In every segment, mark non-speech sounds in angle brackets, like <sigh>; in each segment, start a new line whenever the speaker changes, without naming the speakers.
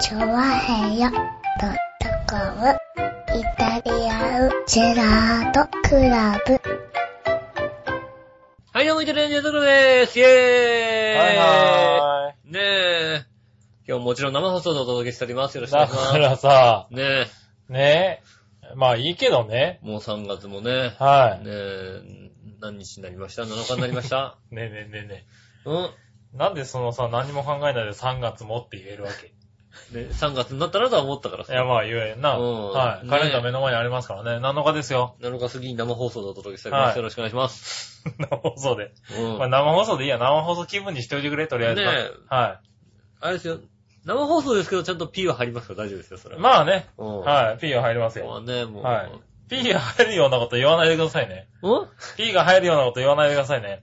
チョワヘヨドットコムイタリアンジェラートクラブ。
はい、どうも、イタリアンジェットクラブでーすイェーイ
はいは
ねえ、今日もちろん生放送でお届けしております。よろ
ーい。
しくお願いしま
だからさ、
す。ね
ねえ。まあいいけどね。
え、もう3月もね、
は
ねえ、何日になりました ?7 日になりました
<laughs> い。ねえねえねえね
うん
え。なんでそのさ、何も考えないで3月もって言えるわけ
ね ?3 月になったらとは思ったから
<laughs> い
さ。
や、まあ言えんな。
うん
はい。
ね
カレンダー目の前にありますからね。7日ですよ。
7日過ぎに生放送でお届けしております。
はい
よろしくお願いします。
<laughs> 生放送で。
うん
まあ生放送でいいや。生放送気分にしておいてくれ、とりあえず
ね
な。は
あれですよ、生放送ですけど、ちゃんと P は入りますから大丈夫ですよ、それ
い。
は。
まあね。
うん
はい。P が入ります
ま
よ。
あね、もう。
はい P が入るようなこと言わないでくださいね。
うん
P が入るようなこと言わないでくださいね。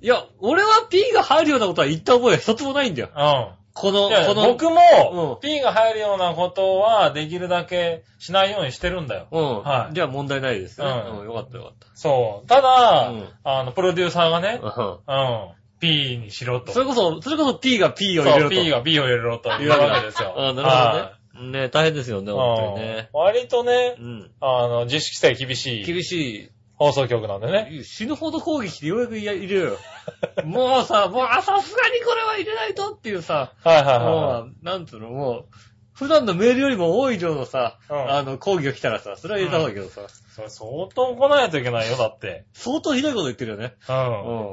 いや、俺は P が入るようなことは言った覚えは一つもないんだよ。
うん。
この、
いや
この、
僕
う
も
ん、
P が入るようなことは、できるだけしないようにしてるんだよ。
うん。
はい
じゃあ問題ないですね。
うん
うん。よかったよかった。
そう。ただ、
うん
あの、プロデューサーがね、
うん
うん、P にしろと。
それこそ、それこそ P が P を入れ
そ
る
う、
と。
P が B を入れろというわけですよ。
あなるほどね。ね大変ですよね、本当
は
に
い
ね。
うん割とね
う、ん。
あの、自主規制厳しい
厳し
放送局なんでね。
い。死ぬほど攻撃でようやくいや入れるよ。もうさ、もう、あ、さすがにこれは入れないとっていうさ、
はいはいは
もう、なんつうの、もう、普段のメールよりも多い量のさ、
うん
あの、抗議が来たらさ、それは入れた方がいいけどさ、
い。それ相当来ないといけないよ、だって。
相当ひどいこと言ってるよね。
うん。
うん。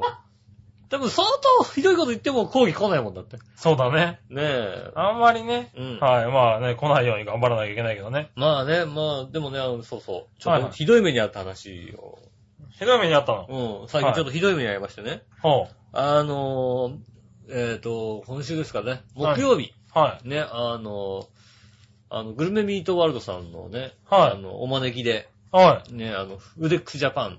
多分相当ひどいこと言っても抗議来ないもんだって。
そうだね。
ねえ。
あんまりね。
うん。
はい。まあね、来ないように頑張らなきゃいけないけどね。
まあね、まあ、でもね、あのそうそう。ちょ
は
っ
い
と
はい
ひどい目に遭った話を。
ひどい目にあったの。
うん。最近ちょっとひどい目に遭いましてね。
ほ
あのー、えっ、と、今週ですかね。
はい
木曜日。
う。はい。
ね、あのー、あの、グルメミートワールドさんのね、
はい
あの、お招きで、
はい。
ね、あの、ウデックスジャパン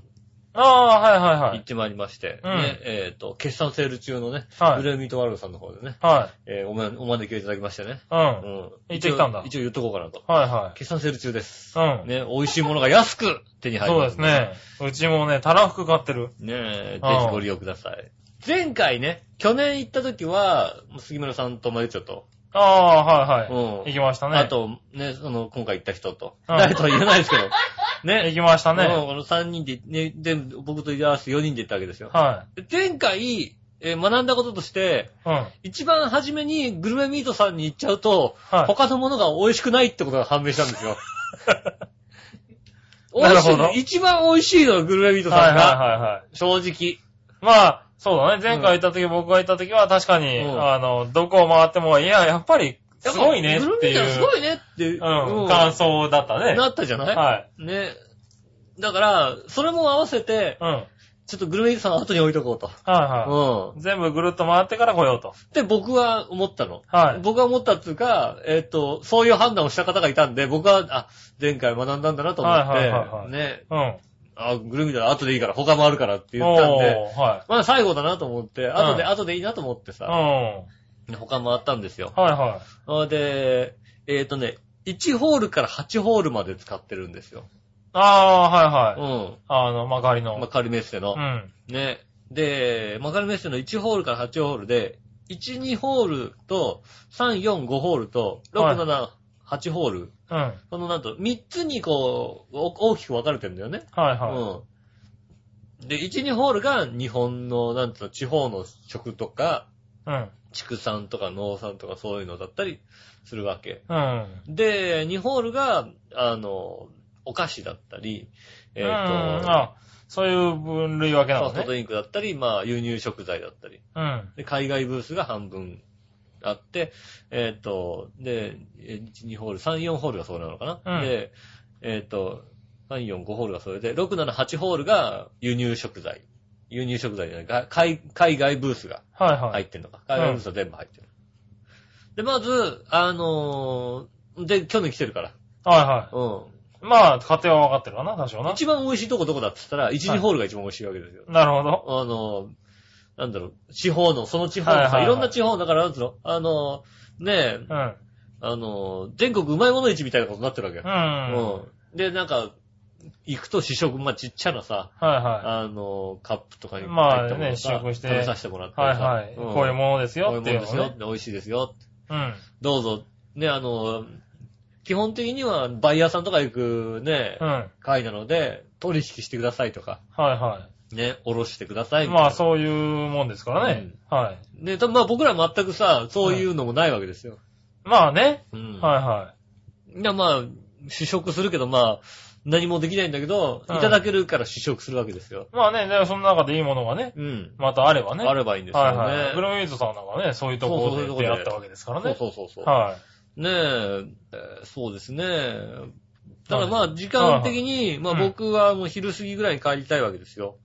ああ、はいはいは
行っ
い。
てまいりまして、
うん
ね、えっ、と、決算セール中のね、
は
グ
い
ルメミートワールドさんの方でね、
は
えーおまお招きをいただきましてね。
い。うん。
う
は
ん。
い行ってきたんだ
一応一応言っとこうかなと。
は
決算セール中です。
い。うん。
ね、美味しいものが安く手に入り
そう
ま
ですす
んでね
ね。うちもね、たらふく買ってる。
ねえ、ぜ
うん
ひご利用ください。前回ね、去年行った時は、杉村さんとマユチョと、
ああ、はい
うん
はい。行きましたね。
あ、と、ね、その、今回行った人と、
うん
誰とは言えないですけど、
行
ね、
きました
うん
ね。
この3人で、ね、で、僕と合わせて4人で行ったわけですよ。
は
で前回、えー学んだこととして、
い。うん。
一番初めにグルメミートさんに行っちゃうと、
はい
他のものが美味しくないってことが判明したんです
<laughs>
よ。
なるほど
美味しい一番美味しいのはグルメミート
は
さ
いはい
んが、
はいはい。
正直。
まあ、そうだね。前回行った時、僕が行った時は確かに、
うん
あの、どこを回っても、いや、やっぱり、すごいねっ
グルメ
て
ミートさん
い
す
う
ご、いねって、
うん、
感
感想だったね。
なったじゃない
はい。
ね。だから、それも合わせて、
うん。はい
ちょっとグルメミートさんは後に置いとこうと。
は
う
い。全部ぐるっと回ってから来ようと。
ん。って僕は思ったの。
はい
僕は思ったっていうか、えっ、と、そういう判断をした方がいたんで、僕は、あ、前回学んだんだなと思って、
はいはいはいはい
ね、
うん。
あ、グルメミートは後でいいから、他もあるからって言
お
ったんで、
ー、はい。
まあ最後だなと思って、後で、
うん
後でいいなと思って
うん。
さ、
は
他もあったんですよ
い。は
それで、えっ、とね、1ホールから8ホールまで使ってるんですよ。
い。ああ、はいうはい。
ん。
あの、曲がりの。
まあ、仮メッセの。
うん。
ね。で、マカルメッセの1ホールから8ホールで、1、2ホールと、3、4、5ホールと、6、7、8ホール。
うん。はい
このなんと、3つにこう、お大きく分かれてるんだよね。
は
うん。で、1、2ホールが日本の、なんつうの、地方の食とか、
い。うん。
畜産とか農産とかそういうのだったりするわけ。
うん。
で、2ホールが、あの、お菓子だったり、えっ、
うん
と、
あ、そういう分類分けな
ソ
の
フトド
ね。
リンクだったり、まあ、輸入食材だったり。
うん。
で、海外ブースが半分あって、えーっ、と、で、えー1、2ホール、3、4ホールがそれなのかな、
うん
で、えーっ、と、3、4、5ホールがそれで、6、7、8ホールが輸入食材。輸入食材じゃない、が海海外ブースが
はいは
入っ
い。
てんのか。海外ブースは全部入ってる。で、まず、あのーで、去年来てるから。
はいは
う
い。まあ、家庭は分かってるかな、多少
ん。
な。
一番美味しいとこどこだって言ったら、1、
は
2
い
ホールが一番美味しいわけですよ。
なるほど。
あの、なんだろう、地方の、その地方のさ、
はいいはいはい
ろんな地方、だから、なんつうの、あの、ねえ、
うん。うん。
あの、全国うまいもの市みたいなことになってるわけよ。
は
うんで、なんか、行くと試食、まあ、ちっちゃなさ、
いは
あの、カップとかに
まあ
入ったものをさ
ね試食して
食べさせてもらっ
い。
てさ
はいはい。こういうものです
こうい
よ
う
っ
も
てい
の
う
で
の
すよ
ね。。
美味しいですよ。
うん。
どうぞ、ね、あの、基本的にはバイヤーさんとか行くね
う、ん。はい
会なので、取引してくださいとか、
は
ね、おろしてください
い。
みたいな。
まあ、そういうもんですからね。はい。
ね、たまあ僕ら全くさ、そういうのもないわけですよ。
まあね。
うん。
はいはい
や、まあ、試食するけど、まあ、何もできないんだけど、
はい
いただけるから試食するわけですよ。
い。まあね、でその中でいいものがね、
うん。
またあればね。
あればいいんですよ
はい
ね。
はい。ブルーミートさんなんかね、そういうとこ
そうそうそういう
ろ
とこで
で出会ったわけですからね。
そうそうそうそう。
は
ねええー、そうですね。ただまあ、時間的に、まあ
うん
僕はもう昼過ぎぐらいに帰りたいわけですよ。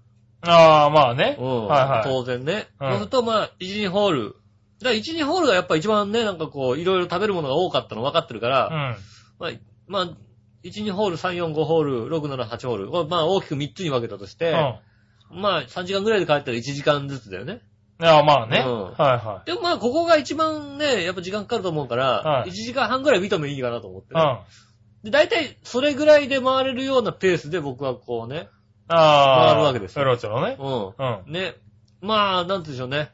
い。ああ、まあね。
うん。
はいはい。
当然ね。
うん
そうすると、まあ、一時ホール。だから一時ホールがやっぱ一番ね、なんかこう、いろいろ食べるものが多かったの分かってるから、
うん。
まあ、まあ、1、2ホール、3、4、5ホール、6、7、8ホール。これまあ、大きく3つに分けたとして、まあ、3時間ぐらいで帰ったら1時間ずつだよね。
うん。ああ、まあね。
うん
はいはい。
でもまあ、ここが一番ね、やっぱ時間かかると思うから、
はい
1時間半ぐらい見てもいいかなと思って、
うん。
ね。
あ
で、大体、それぐらいで回れるようなペースで僕はこうね、
あ。
回るわけです
うろちょろね。
う
うん。
ん。ね。まあ、なんて言うんでしょうね。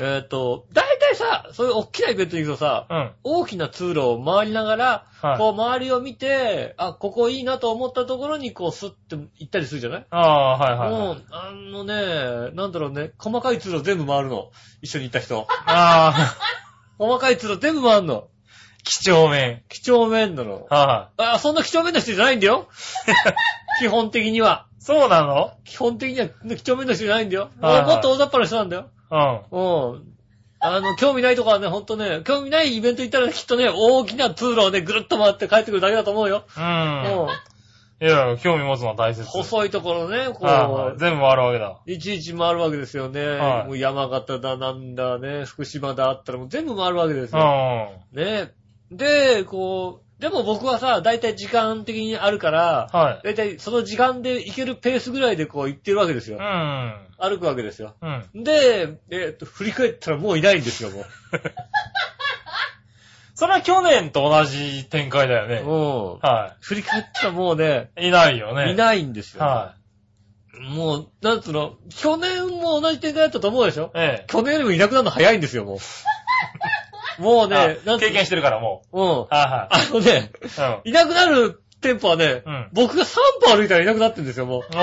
えっ、と、大体さ、そういう大きなイベントに行くとさ、
うん。
大きな通路を回りながら、
はい。
こう周りを見て、あ、ここいいなと思ったところにこうスッて行ったりするじゃない
ああ、はいはいはい。
もう、あのね、なんだろうね、細かい通路全部回るの。一緒に行った人。
ああ、
細かい通路全部回るの。
<laughs> 几帳面。
几帳面なの。
は
あ、そんな几帳面な人じゃないんだよ。 <laughs> 基本的には。
い。そうなの
基本的にはね几帳面な人じゃないんだよ。
はいはい
もっと大雑把な人なんだよ。
うん。
うん。あの、興味ないとこはね、ほんとね、興味ないイベント行ったらきっとね、大きな通路をね、ぐるっと回って帰ってくるだけだと思うよ。
うん。
う
いや、興味持つのは大切。
ん。細いところね、こ
はいは
う
い。、全部回るわけだ。
いちいち回るわけですよね。
はい
もう山形だなんだね、福島だあったらもう全部回るわけです
う
よ。
ん。
ね。で、こう、でも僕はさ、だいたい時間的にあるから、
はい。
だいたいその時間で行けるペースぐらいでこう行ってるわけです
う
よ。
ん。
歩くわけですよ。
うん。
で、えっと、振り返ったらもういないんですよ、も
それは去年と同じ展開だよね。
う。うん。
は
振り返ったらもうね、
い。いないよね。
いないんですよ。
は
もう、なんつうの、去年も同じ展開だったと思うでしょ
い。え
去年よりもいなくなるの早いんですよ、も
<laughs>
う。もう
え。
ね、
あ
なんつうの
経験してるからも
うん
う。。は
あのね、
いはい。
いなくなる店舗はね、
うん
僕が3歩歩いたらいなくなってるんですよ、もう。3
うん。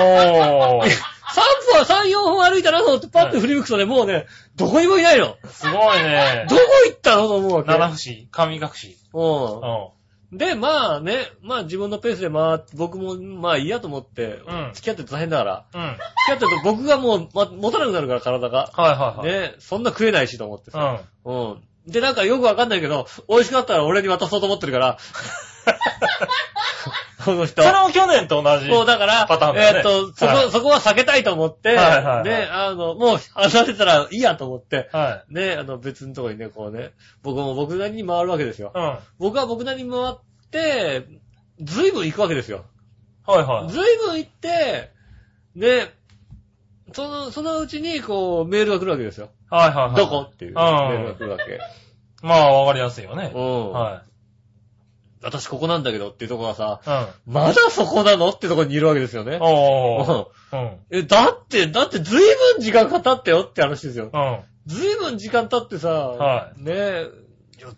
<laughs>
おー。
歩は3、4歩歩いたらと思ってパッと振り向くとね、もうね、どこにもいないの。
すごいね
ど。こ行ったのと思うわけ。
七不思、神隠し。うん。
う
は
ん。で、まあね、まあ自分のペースで回って、僕もまあいいやと思って、
うん
付き合ってると大変だから。
い。うん。はい
付き合ってると僕がもう、ま、持たなくなるから体が。
はいはい。
ね、そんな食えないしと思って
う
さ。
ん。
うん。で、なんかよくわかんないけど、美味しかったら俺に渡そうと思ってる
<laughs>
から。この人。
それも去年と同じ。
そう、だから、
パターンだよね
えーっと、そこ、
はい
そこは避けたいと思って、
はいはいはい
で、あの、もう離れたらいいやと思って、
はい。
ね、あの、別のとこにね、こうね、僕も僕なりに回るわけですよ。
うん。はい
僕は僕なりに回って、ずいぶん行くわけですよ。
はい。
ずいぶん行って、で、その、そのうちに、こう、メールが来るわけですよ。
はいはいはい。
どこっていう
う
メールが来
ん。
るわけ。
まあ、わかりやすいよね
う。ん。
は
私ここなんだけどっていうとこがさ、
い。うん。
まだそこなのってとこにいるわけですよね。
お
う
ー。
ん
うん。
え、だって、だって随分時間かかったよって話ですよ。
うん。
随分時間経ってさ、
は
ねえ、いや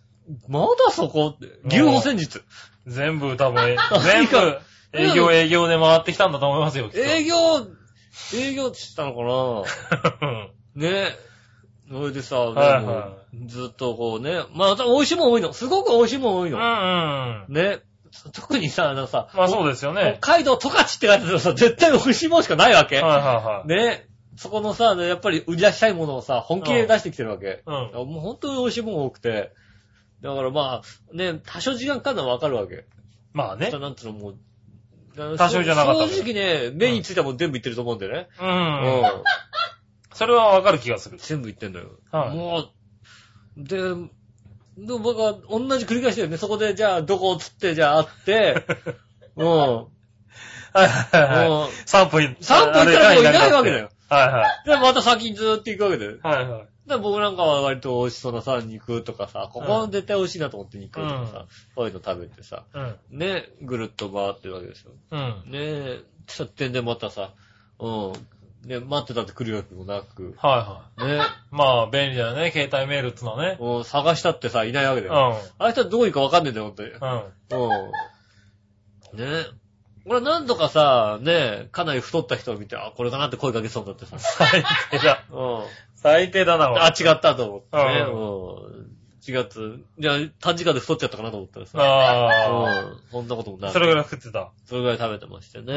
まだそこって、牛歩戦術。
全部多
<laughs>
分、全部、営業営業で回ってきたんだと思いますよ、きっと。
営業、営業ってしたのかな <laughs> ねえ。それでさ、
はい
で
は
もずっとこうね、まあ、美味しいもん多いの。すごく美味しいもん多い
うんうん。
の。ね。特にさ、あのさ、
まあそうですよね。
北海道十勝って書いてあるとさ、絶対美味しいもんしかないわけ。
はいはい
ね。そこのさ、やっぱり売り出したいものをさ、本気で出してきてるわけ。
はい。うん。
もう本当に美味しいものが多くて。だからまあ、ね、多少時間かかるのはわかるわけ。
まあね
た。だなんつうのもう、多
多少じゃなかった
正直ね、目についたもん全部言ってると思うんだよね。
う。
うん
それはわかる気がする。
全部言ってんだよ。
はい。
もう、で、でも僕は同じ繰り返しだよね。そこで、じゃあ、どこをつって、じゃあ、会
<laughs>
って、うん。も
はいは
う、
いはい。3分、
3分行ったらもういないわけだよ。。
はいはい。
で、また先にずーっと行くわけだよ。
はいはい。
で、僕なんかは割と美味しそうなさ、肉とかさ、ここは絶対美味しいなと思って肉とかさ、こういうの食べてさ、
うん。
ね、ぐるっと回ってるわけですよ。
うん。
ねえ、そ点でまたさ、うん、ね、待ってたって来るわけもなく、
は
ね、
い。まあ、便利だよね、携帯メールっつのはね。
もう探したってさ、いないわけだ
うん。
よ。あいつはどういうかわかんねえんだよ、ほんとに。
うん。
うん。ね俺何度かさ、ね、かなり太った人を見て、あ、これかなって声かけそうになってさ。
最低だ。
うん。
最低だな、
あ、
あ、
違ったと思ってね。
う
うん。違った。じゃあ、短時間で太っちゃったかなと思ったらさ。
あ
うん。そんなこともな
ー。
い。
それぐらい食ってた。
それぐらい食べてましてね。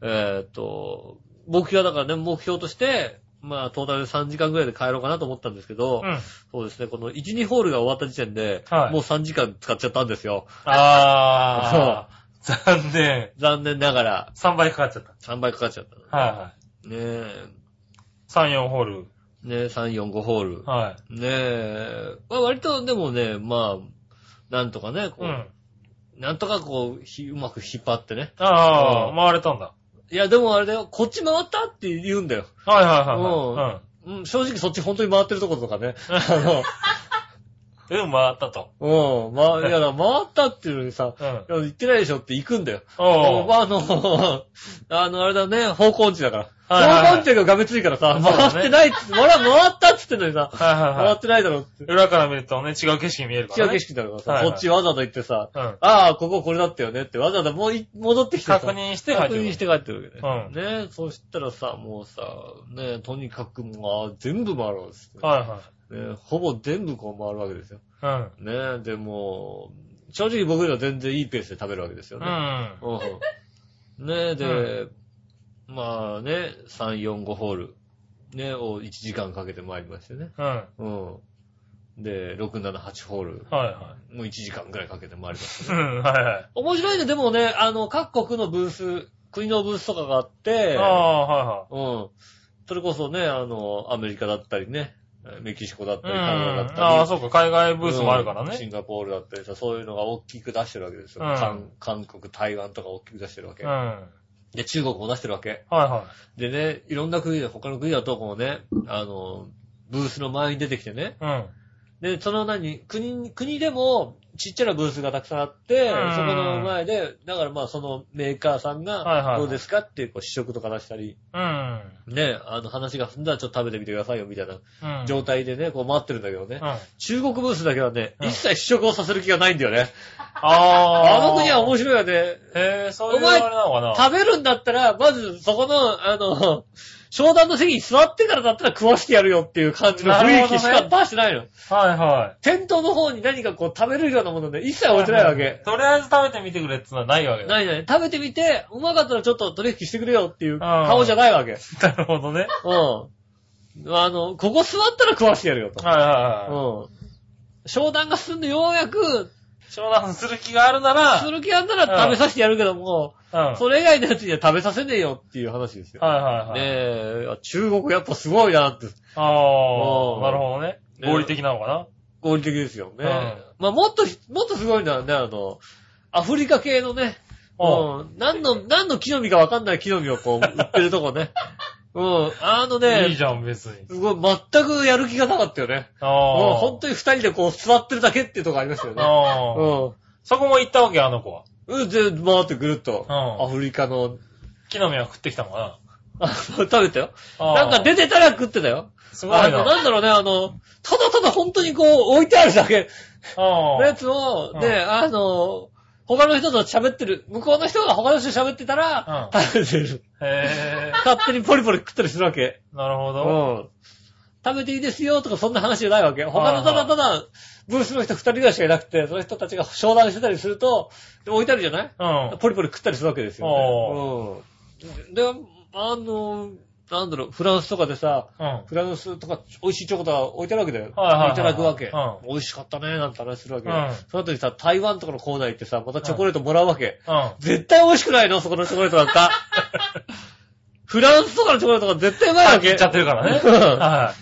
えーっと、目標はだからね、目標として、まあ、トータルで3時間ぐらいで帰ろうかなと思ったんですけど、
うん。
そうですね、この1、2ホールが終わった時点で、
はい
もう3時間使っちゃったんですよ。
あー。残念。
残念ながら、
3倍かかっちゃっ
3倍かかっちゃった。
た。はいはい。
ねえ、
3、4ホール。
ねえ、3、4、5ホール。
は
ねえ、まあ、割とでもね、まあ、なんとかね、
い。
こ
う
う、
ん。
なんとかこう、ひうまく引っ張ってね。
あ
う
あ、
ん
回れたんだ。
いや、でもあれだよ、こっち回ったって言うんだよ。
はいはいは
うん、正直そっち本当に回ってるとことかね。
<laughs>
あ
い。うん。うん、回ったと。
の、うん、ま、い
<laughs>
や、だから回ったっていうのにさ、
う
い
ん。
や行ってないでしょって行くんだよ。
お
まあ、あの、 <laughs> あの、あれだね、方向音痴だから。
はいはいはい
方向音痴ががめついからさ、
そうだね
回ってないっつって、ほら、回ったっつってんのにさ、
はいはい
回
は
ってないだろって。
い。裏から見るとね、違う景色見えるか
違
ら
う
ね。
景色だからさ、
はいはい
こっちわざわざ行ってさ、
うん。
ああ、こここれだったよねって、わざわざもうい戻ってきてさ
確認して帰ってくる
確認して帰ってるわ
う
け
ん
ね。ねえ、そしたらさ、もうさ、ねえ、とにかくもう、全部回ろうっつって
はいは
ねえほぼ全部こう回るわけですよ。
い。うん。
ねえ、でも、正直僕らは全然いいペースで食べるわけですよ
う
ね。
ん。
うん。ねえ、で、まあね、3、4、5ホール、ね、を1時間かけて回りましてね。
うん。はい
うん。で、6、7、8ホール、
は
もう1時間くらいかけて回りました
い。うん、はいは
面白いね、でもね、あの、各国のブース、国のブースとかがあっ
い。
て
あ、あ、
うん。それこそね、あの、アメリカだったりね、メキシコだった
はい
り、
はい
カナダだっ。
う
た
ん。
り。
ああ、そうか、海外ブースもあるから
うんシン
ね。
ガポールだったりさ、そういうのが大きく出してるわけですよ。
うん
韓韓国、台湾とか大きく出してるわけ
うん。。は
で、中国も出してるわけ。
いは
でね、いろんな国で、他の国だとこうね、あの、ブースの前に出てきてね。
い。うん。
で、その何、国、国でもちっちゃなブースがたくさんあって、
うん
そこの前で、だからまあそのメーカーさん
はいはいは
が、
い
どうですかっていうこう試食とか出したり、
うん。
ね、あの話が済んだらちょっと食べてみてくださいよみたいな
うん。
状態でね、こう待ってるんだけどね
う。ん。あ
中国ブースだけはね、
うん
一切試食をさせる気がないんだよね。
あ。
あの国は面白いよね。
へえ、そういうあれなのかな。
食べるんだったら、まずそこの、あの、商談の席に座ってからだったら食わしてやるよっていう感じの雰囲気し
なる
か
ほ
出してないの。
はいはい。
店頭の方に何かこう食べれるようなもので一切置いてないわけ。
とりあえず食べてみてくれってのはないわけだ。
ないない。食べてみて、うまかったらちょっと取引してくれよっていう
うん
顔じゃないわけ。
<laughs> なるほどね。
うん。あの、ここ座ったら食わしてやるよと。
はいはいはい。
うん。商談が進んでようやく、
商談する気があるなら、
する気あんなら食べさせてやるけども、
うん。はい
それ以外のやつには食べさせねえよっていう話ですよ。
はいはい。
ねえ、あ中国やっぱすごいなって、
あ
う
あ
ん、
なるほどね。
ね
合理的なのかな。
合理的ですよね。
うん
まあもっと、もっとすごいのはね、あの、アフリカ系のね、
うん。
うん、何の、何の木の実かわかんない木の実を
<laughs>
こう、売ってるとこね。うん、あの
いい
ね、
じゃん、別に。
すごい、全くやる気がなかったよね。
あ
もう
あ。
本当に二人でこう、座ってるだけっていうとこありましたよね。
ああ。そこも行ったわけ、あの子は。
うん。うん、で、回ってぐるっと、
うん
アフリカの、
木の実は食ってきたのか
あ食べたよ。
な。
なんか
で、
出てたら食ってたよ。
すごい
あ
な。
の、なんだろうね、あの、ただただ本当にこう、置いてあるだけ
あ
のや
あ。
つを、
うん
ね、あの、他の人と喋ってる、向こうの人が他の人と喋ってたら、
う
食べてる。
へえ、
勝手にポリポリ食ったりするわけ。
なるほど。
うん。食べていいですよとかそんな話じゃないわけ。他の
はい
た
は
だ
い
ただ、ブースの人二人ぐらいしかいなくて、その人たちが商談してたりすると、で置いてあるじゃない
うん。
ポリポリ食ったりするわけですよ、ね。うん。で、あの、なんだろう、フランスとかでさ、
うん。
フランスとか美味しいチョコとか置いてあるわけだよ。
はいはいはいはい
ただくわけ。
う
美味しかったね、なんて話するわけ。
うん
その後にさ、台湾とかのコーナー行ってさ、またチョコレートもらうわけ。
うん。
絶対美味しくないのそこのチョコレートなん
<laughs>
か。フランスとかのチョコレートが絶対うまいわけ。
行っちゃってるからね。
う
は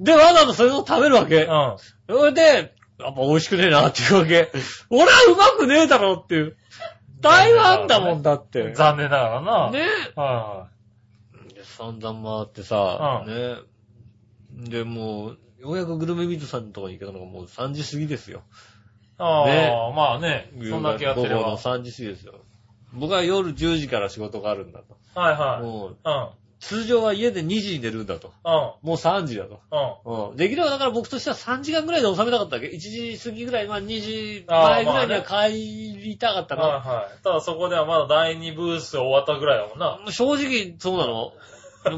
んで、わざわざそれを食べるわ
い。
け
う。ん。
それで、やっぱ美味しくねえなっていうわけ。 <laughs> 俺はうまくねえだろっていう。台湾だもんだって。ね
残念ながらな。
ね
は
散々回ってさ、
う
ねで、もう、ようやくグルメミートさんのとこに行けたのがもう3時過ぎですよ。
いはい。あ
ね
あ、まあね。そんだけやってれば。
午後の
はい
3時過ぎですよ。僕は夜10時から仕事があるんだと。
は
もう
い。
通常は家で2時に寝るんだと。
うん。
もう3時だと。
うん。
うん。できればだから僕としては3時間ぐらいで収めたかったわけ。1時過ぎぐらい、まあ2時前ぐらいには帰りたかったな。
はいはい。ただそこではまだ第2ブース終わったぐらいだもんな。
もう正直、そうなの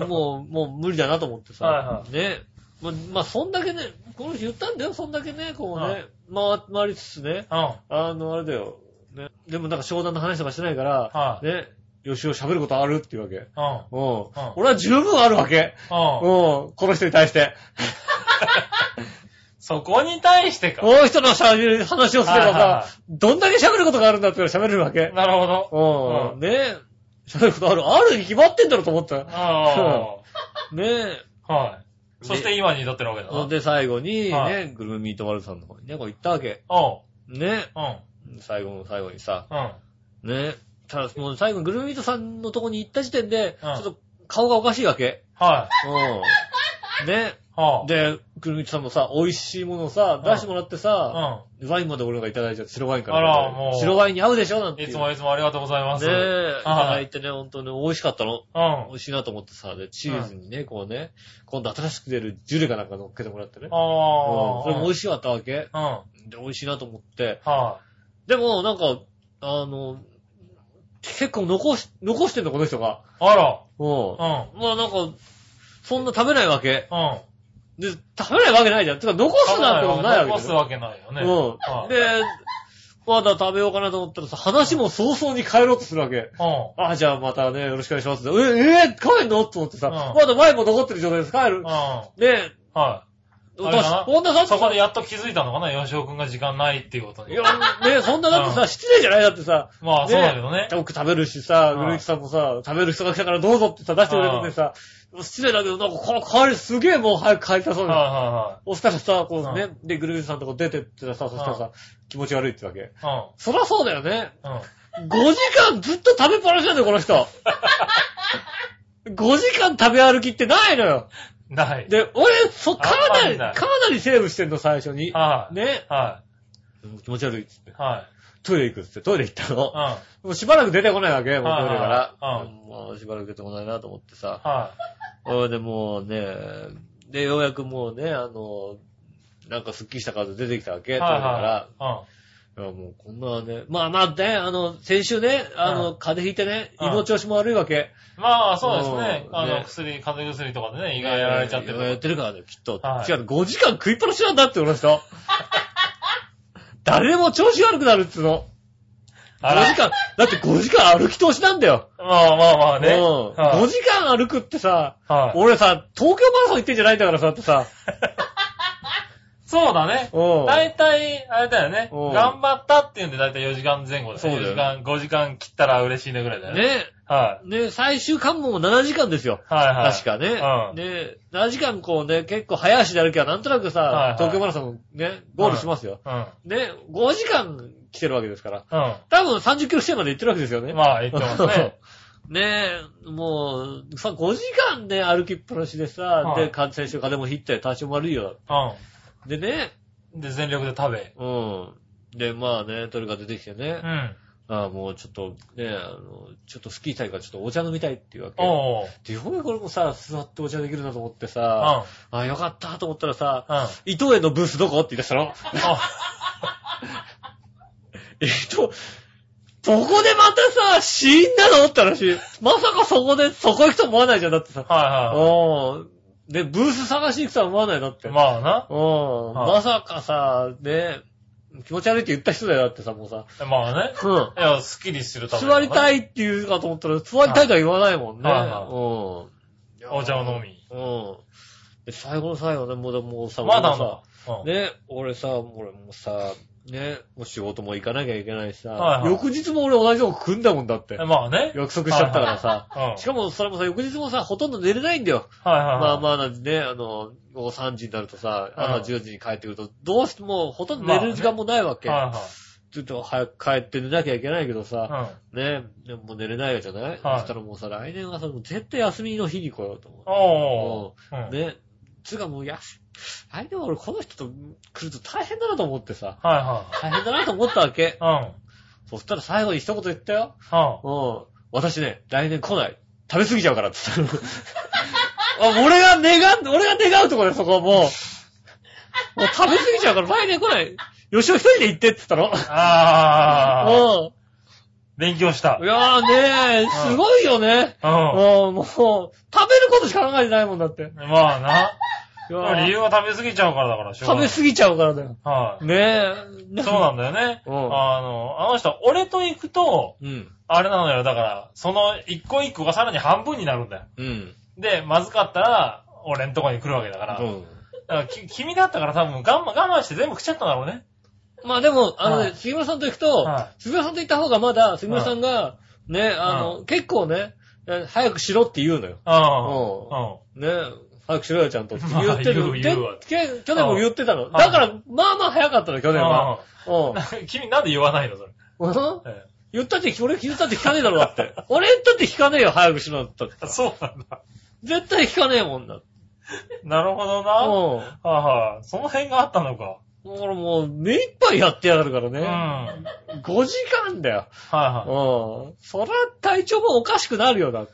もう、もう無理だなと思ってさ。
はいは
ね。まあ、まあ、そんだけね、この人言ったんだよ、そんだけね、こう
は
ね、回回りつつね。
うん。はい
あの、あれだよ。ね。でもなんか商談の話とかしてないから、
はい
ね。よしお喋ることあるっていうわけ。うん。
うん。うん。
俺は十分あるわけ。うん。この人に対して。
そこに対してか
こ。の人の喋る話をすれば
はいはい
さ
は、
どんだけ喋ることがあるんだっていうのは喋れるわけ。
なるほど。
う。
うん
ね喋ることある。あるに決まってんだろと思った。ね
あ
え。
あ。はい。そして今に至ってるわけだな。う
ほん
ん。
で、最後に、
は
ね、グルーミートマルさんの方にね、こう行ったわけ。ね。
うん。
最後の最後にさ、
うん。
ね。ただ、もう最後にグルーミートさんのとこに行った時点で、ち
うん
ょっと顔がおかしいわけ。
は
うん。ね。
い。はあ。
で、グルーミートさんもさ、美味しいものをさ、
うん
出してもらってさ、
う
ワインまで俺がいただいちゃって、白ワインから。
あらもう
白ワインに合うでしょなん
ん。
て
い
言う。
つもいつもありがとうございます。
ね
うん。
え、いただいてね、本当に美味しかったの。
あ
美味しいなと思ってさ、で、チーズにね、こうね、今度新しく出るジュレかなんか乗っけてもらってね。うん
あ。
それも美
しい。
味しかったわけ。
うん。は
で、美味しいなと思って。
い。
でも、なんか、あの、結構残し、残してんの、この人が。
あら。
う。
うんん。
まあなんか、そんな食べないわけ。
うん。
で、食べないわけないじゃん。てか、残すなんてことないわけ
残すわけないよね。
うん。
で、
で、まだ食べようかなと思ったらさ、話も早々に帰ろうとするわけ。
うん。
あ、じゃあまたね、よろしくお願いします。え、えー帰んのと思ってさ、
うん
まだ前も残ってる状態です、帰る
うん。。は
で、
い。
お
あれ
父
だ
さ、
なん
女さん
そこでやっと気づいたのかな、吉尾くんが時間ないっていうこと
い
に
や。、ね、そんなだって
う
さ、失礼じゃないだってさ、
まあ、そうだけどね。
僕食べるしさ、
うん
グルイチさんもさ、食べる人が来たからどうぞってさ、出してくれるんでさ、失礼だけど、なんか、こ帰りすげえもう早く帰りたそう
はい
で。
は
おしたらさ、こうね、で、グルイチさんとこ出てってさ、そしたら
う
さ、気持ち悪いってわけ。
いは
そりゃそうだよね。
い。うん。うん。
5時間ずっと食べっぱなしなんだよ、この <laughs> 人。5時間食べ歩きってないのよ。
ない。
で、俺、そ、か
あん
な
ま
り、
りない
かなりセーブしてんの、最初に。
はい。
ね。
は
気持ち悪いっつって
い。。は
トイレ行くっつって、トイレ行った
い。
の
うん。。は
もうしばらく出てこないわけ、もうトイレから。
はいはい
うんもうしばらく出てこないなと思ってさ。
い。
それで、もうね、で、ようやくもうね、あの、なんかスッキリした顔で出てきたわけ、トイレから
は。いはい。
いや、もうこんなね、まあまあね、あの、先週ね、あの、風邪ひいてね、
うん
胃の調子も悪いわけ。
うん。まあ、そうですね
う。ん
あ
ね
の、薬、風邪薬とかでね、胃がやられちゃってるとか。
やってるからね、きっと。
はい
違う、5時間食いっぱなしなんだって、俺の人。 <laughs> 誰も調子悪くなるっつうの。5
あ
時
ら。
間、だって5時間歩き通しなんだよ。
まあまあまあね。
うん。
はい
5時間歩くってさ、
はい。
俺さ、東京マラソン行ってんじゃないんだからさ、ってさ。
そうだね。
うん。
大体、あれだよね。
うん
頑張ったっていうんで大体4時間前後だ
そう
ね。
だよ
4時間、5時間切ったら嬉しいねぐらいだよね。
ね、
は
ね、最終関門も7時間ですよ。
い。はいはい。
確かね。
うん
ね、7時間こうね、結構早足で歩きゃなんとなくさ、
はいはい
東京マラソンね、ゴールしますよ。
か。
ね、5時間来てるわけですから。
うん。うん。
多分30キロ地点まで行ってるわけですよね。
まあ、言ってますね。
<laughs> ねえ、もう、さ、5時間で歩きっぱなしでさ、
はい
で、感染症風邪もひって体調も悪いよ。でね、
うん。で、全力で食べ。
うん。で、まあね、鳥が出てきてね
う、ん。
ああ、もうちょっと、ね、あの、ちょっとスキーたいからちょっとお茶飲みたいっていうわけ。
おうおう。
で、ようやく俺もさ、座ってお茶できるなと思って
う
<laughs>
ん。
さ、ああ、よかったと思ったらさ、
うん。
伊藤園のブースどこって言い出したの <laughs>
あ、
えっと、そこでまたさ、死んだのって話。まさかそこで、そこ行くと思わないじゃん。だってさ、
はいは
うん。で、ブース探しに行くとは思わないなって。
い。
うん。
まあな。はい
まさかさ、ね、気持ち悪いって言った人だよだってさ、もうさ。
まあね。
うん。
いや、スッキリするために
座りた
い。
いって言うかと思ったら、座りたいとは言わないもんね。
はいはい
うん。
お茶を飲み。
うん。で最後の最後ね、もうでもうさ、
まだ
俺も
の。う
さ、
ん
ね、俺さ、俺もさ、ね、もう仕事も行かなきゃいけないし
はい
さ、
はい
翌日も俺同じとこ組んだもんだって
え。まあね。
約束しちゃったからさ。
うん。はい
しかもそれもさ、翌日もさ、ほとんど寝れないんだよ。
はいはい。
まあまあなんでね、あの、午後3時になるとさ、
うん
朝10時に帰ってくると、どうしてもほとんど寝れる時間もないわけ。
は
ちょっと早く帰って寝なきゃいけないけど
い
さ、
はい。う
ね、
ん。
でももう寝れないわけじゃない、そしたらもうさ、来年はさ、もう絶対休みの日に来ようと思
おー。
う。
うん
ね、つうかもうやす、来年は俺この人と来ると大変だなと思ってさ、
はいは
大変だなと思ったわけ <laughs>
い。。うん。
そしたら最後に一言言ったよ。
は
うん。私ね、来年来ない。食べ過ぎちゃうからって言ったの <laughs> あ俺が願う、俺が願うところでそこはもう、もう食べ過ぎちゃうから来年来ない。吉尾一人で行ってって言ったの。
ああ、
うん。
勉強した
い。やーねえ、すごいよね。
うん。
もう、もう、食べることしか考えてないもんだって。
まあな。
いやー
理由は食べ過ぎちゃうからだから、しょうが
食
ない
べ過ぎちゃうからだよ。
は
ねえ。
い。そうなんだよね。
う
あ
ん
の、あの人、俺と行くと、
うん。
あれなのよ。だから、その一個一個がさらに半分になるんだよ。
うん。
で、まずかったら、俺んとこに来るわけだから。
うん。
だからき君だったから多分我慢、我慢して全部食っちゃったんだろうね。
まあでも、あの
は
ね、
い
杉村さんと行くと
は、
杉村さんと行った方がまだ、杉村さんが、ね、あの、結構ね、え早くしろって言うのよ。
う
ね早くしろよ、ちゃんとって
まあ
言って
<laughs> 言う
る。で
言うわ
け去年も言ってたの。
ん
だから、まあまあ早かったの、去年は。うん
ん。うん。君なんで言わないのそれ。
うん。
え
言ったって、俺言ったって聞かねえだろ、だって。俺言ったって聞かねえよ、早くしろって言った
え
って。
そうなんだ。
絶対聞かねえもんだって。
なるほどな。は
う
いはい。その辺があったのか。
ん。だからもう、目いっぱいやってやがるから
うん。
ね。
はい
5時間だよ。
は
うん。そら、体調もおかしくなるよな。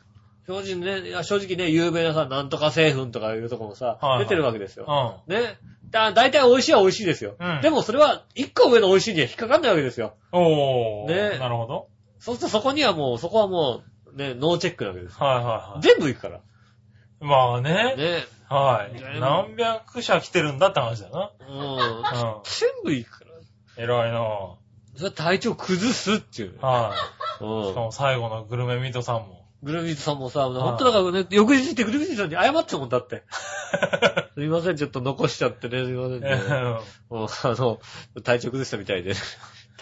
正直ね、いや正直ね、有名なさ、なんとか製粉とかいうとこもさ、
はいはい
出てるわけです
い。
よ。
う
ね。だ、大体美味しいは美味しいですよ。
うん
でもそれは、一個上の美味しいには引っかかんないわけですよ。
ん。おー。
ねえ
なるほど。
そうするとそこにはもう、そこはもう、ね、ノーチェックなわけです。
はいはいは
全部行くから。
い。まあね。
ね。
はい。
ね
何百社来てるんだって話だな。
うん。 <laughs>
うん。
全部行くから。
偉いな
それは体調崩すっていうね。
は
う
い。しか
ん。
も最後のグルメミートさんも。
グルミズさんもさ、ほんとだからね、翌日行ってグルミズさんに謝ってたもんだって。すいません、ちょっと残しちゃってね、すいま
<laughs>
せん、ね。もう、あの、体調崩したみたいで、食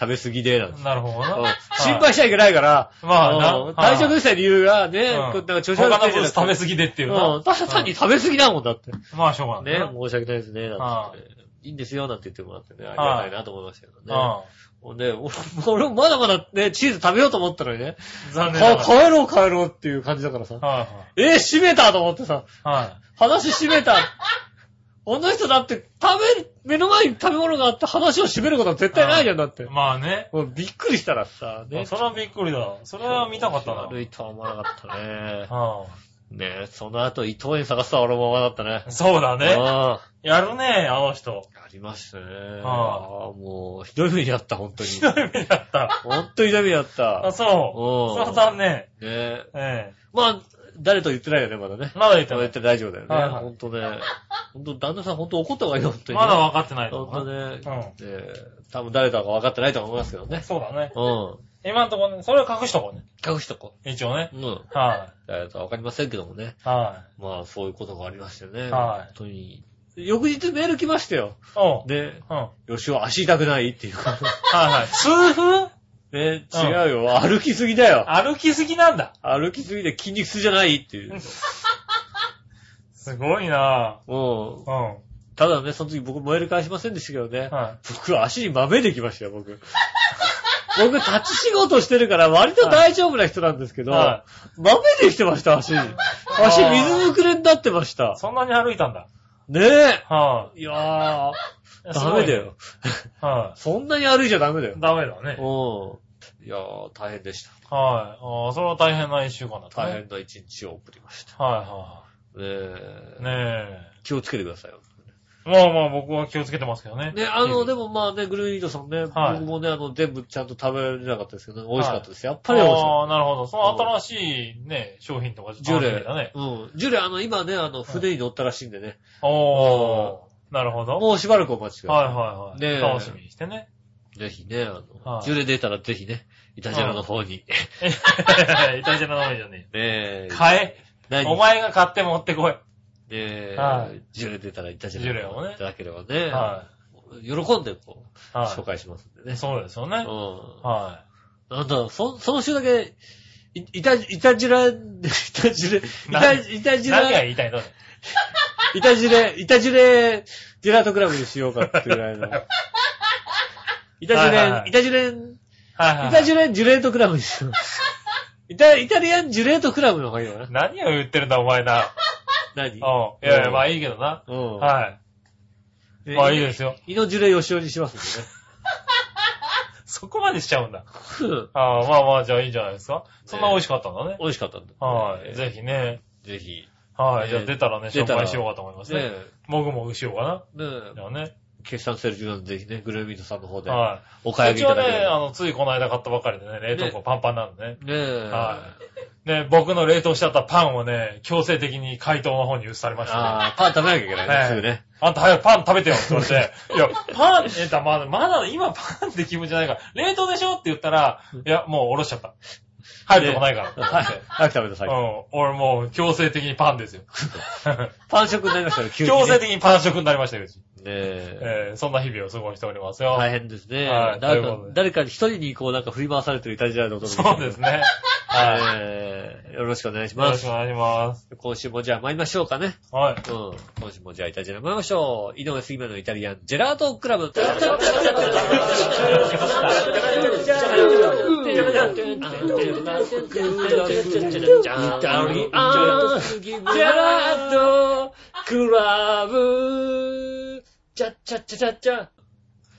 べ過ぎで、なんて。
なるほど
うん
な。
心配しちゃいけないから、
まあな
うん体調崩した理由がね、
うん
こうなんか調子
他
悪
の
くて
ブース食べ過ぎでっていう
う
な。
ん、ただ単に食べ過ぎだもんだって。ね、
まあしょうがないな。
申し訳ないですね、なんて言って。いいんですよ、なんて言ってもらってね、ありがたいなと思いましたけどね。
う
ほんで、俺俺もまだまだね、チーズ食べようと思ったのにね、
ん。残
か
念なが
帰ろう帰ろうっていう感じだからさ、
ら。はい
えー、閉めたと思ってさ、
はい。はい。
話閉めた。この人だって食べる、目の前に食べ物があって話を閉めることは絶対ないじゃん、だって。
まあね。
もうびっくりしたらさ、ね。
それはびっくりだ。それは見たかったな。
悪いとは思わなかったね。
は
ねえ、その後伊藤園探すとは俺も思わなかったね
い。そうだね。
ああ
やるね、あの人。 <laughs>
ありましたね。
あ
ああもう、ひどい目にあった、本当に。
ひどい目だった。
本当にひどい目にあった。
あ、
ね
そ
うん
う。それは残念。
え。
え
まあ、誰と言ってないよね、まだね
え。。まだ言って
まだ言
な
っ
い。
て大丈夫だよね。
はいはい
本当ね。本当旦那さん本当怒った方がいいよ、本当にね、
まだ分かってないと
本
思
当
うな。
ね。
う
えー多分誰だか分かってないと思いますけどね。
そうだね。
うん。
今のところね、それは隠しとこうね。
隠しとこ
一応ね。
う。うん。
は
誰だか分かりませんけどもね。
い。は
まあ、そういうことがありまして
い。
ね。
は
本当に。翌日メール来ましたよ。
い。おう。
で、
うん。はい
吉尾足痛くないって <laughs> いうか。
はい。痛風
ね、違うよ。歩きすぎだよ。
歩きすぎなんだ。
歩きすぎで筋肉痛じゃないっていう。
すごいな
うん。
うん。は
ただね、その時僕メール返しませんでしたけどね
い。。あ
僕足に豆できましたよ、 <laughs> 僕。僕立ち仕事してるから割と大丈夫な人なんですけど、
は
豆できてました、 <laughs> 足。足水ぶくれになってました。
そんなに歩いたんだ。
ねえ。
はい
やー、
い。
ダメだよ。
は
そんなに歩いちゃダメだよ
い。。ダメだね。
うん。いやー、大変でした。
はい。ああ、それは大変な一週間だったね。
大変な一日を送りました。
はいは
ねえ
い。ね
気をつけてくださいよ。
え。まあまあ僕は気をつけてますけどね。
ね、あの、で
も、
もまあね、グルーニードさんね、
はい
僕もね、あの、全部ちゃんと食べられなかったですけど、ね、美
い
味しかったです。やっぱり美味しかっ
ああ、なるほど。その新しいね、商品とか、
た。ジュレ
だね。。
うん。ジュレ、あの、今ね、あの、船に乗ったらしいんでね、
おー。なるほど。はい
もうしばらくお待ちくださ
はいはい。
ねえ
楽しみにしてね。 <laughs>
い。ぜひね、あの、
はい
ジュレ出たらぜひね、イタジェラの方に。
イタジェラの前じゃね
ねえ
え。。買え。
何
お前が買って持ってこい。
ねえ
はい
ジュレ出たらイタジェラ。
ジュレをね
いただければね、
は
喜んでこう、
い。は
紹介しますんで
い。
ね。
そうですよ
う
ね。
ん。
は
なんだ、そ、その週だけ、い、いた、いたじら、いたじれ、
<laughs>
いた、いた
い。
じ
何が
ら、
言いたいのだ
いたじれ、いたじれ、ジェラートクラブにしようかって
<laughs>
ぐらいの。いたじ
はいはい
れ
は、い
いたじれ、い
はいはい。
たじれ、ジュレートクラブにしよ <laughs> う。イタ、イタリアンジュレートクラブの方がいいのかな
何を言ってるんだ、お前な。
何
うん。いやいや、まあいいけどな。
うん。
は
で
い。まあいいですよ。
イノジュレヨシオにしますんでね。
そそこまでしちゃうんだ。
うん
ああ、まあまあ、じゃあいいんじゃないですか。そんな美味しかったんだね。
<laughs> 美味しかったんだ。
はい。
ぜ
ぜひね。
ひ。ぜひ。
はい。
ね
じゃあ出たらね、
出
紹
たら
介しようかと思います
ね
ね。もぐもぐしようか
え、ね
な。じゃあね。
え、決算セル中なんでぜひね、グルーミートさんの方で
はい。
お買いう上げ
ち
いた
は
だけれ
ね、あ
ば。
の、ついこの間買ったばかりでね、冷凍庫パンパンなんでね。
ねえ。
はいね、僕の冷凍しちゃったパンをね、強制的に解凍の方に移されましたね。
ああ、パン食べなきゃいけない
は
ね、
い
すぐね。
あんた早くパン食べてよって言われて、いや、パン、えだ、まだ、まだ今パンって気分じゃないから、冷凍でしょって言ったら、いや、もうおろしちゃった。入るとこないから。
はい。早く食べなさ
う
い。
ん、俺もう強制的にパンですよ。
パン食になりましたね、 <laughs> 急にね。
強制的にパン食になりましたよ、うち。
ねえ。
えーそんな日々を過ごしておりますよ。
大変ですね。
はい
誰
という
か
ことで、
誰かに一人にこうなんか振り回されてるいたじらの男
そうですね。は
えーよろしくお願いし
い。よ
ま
ろし
す
くお。願いします。
今週もじゃあ参りましょうかね。
はい。
うん。今週もじゃあイタジェラ参りましょう。井上杉村のイタリアンジェラートクラブ。ジェラートクラブ。チャッチャッチャッチャッチャ。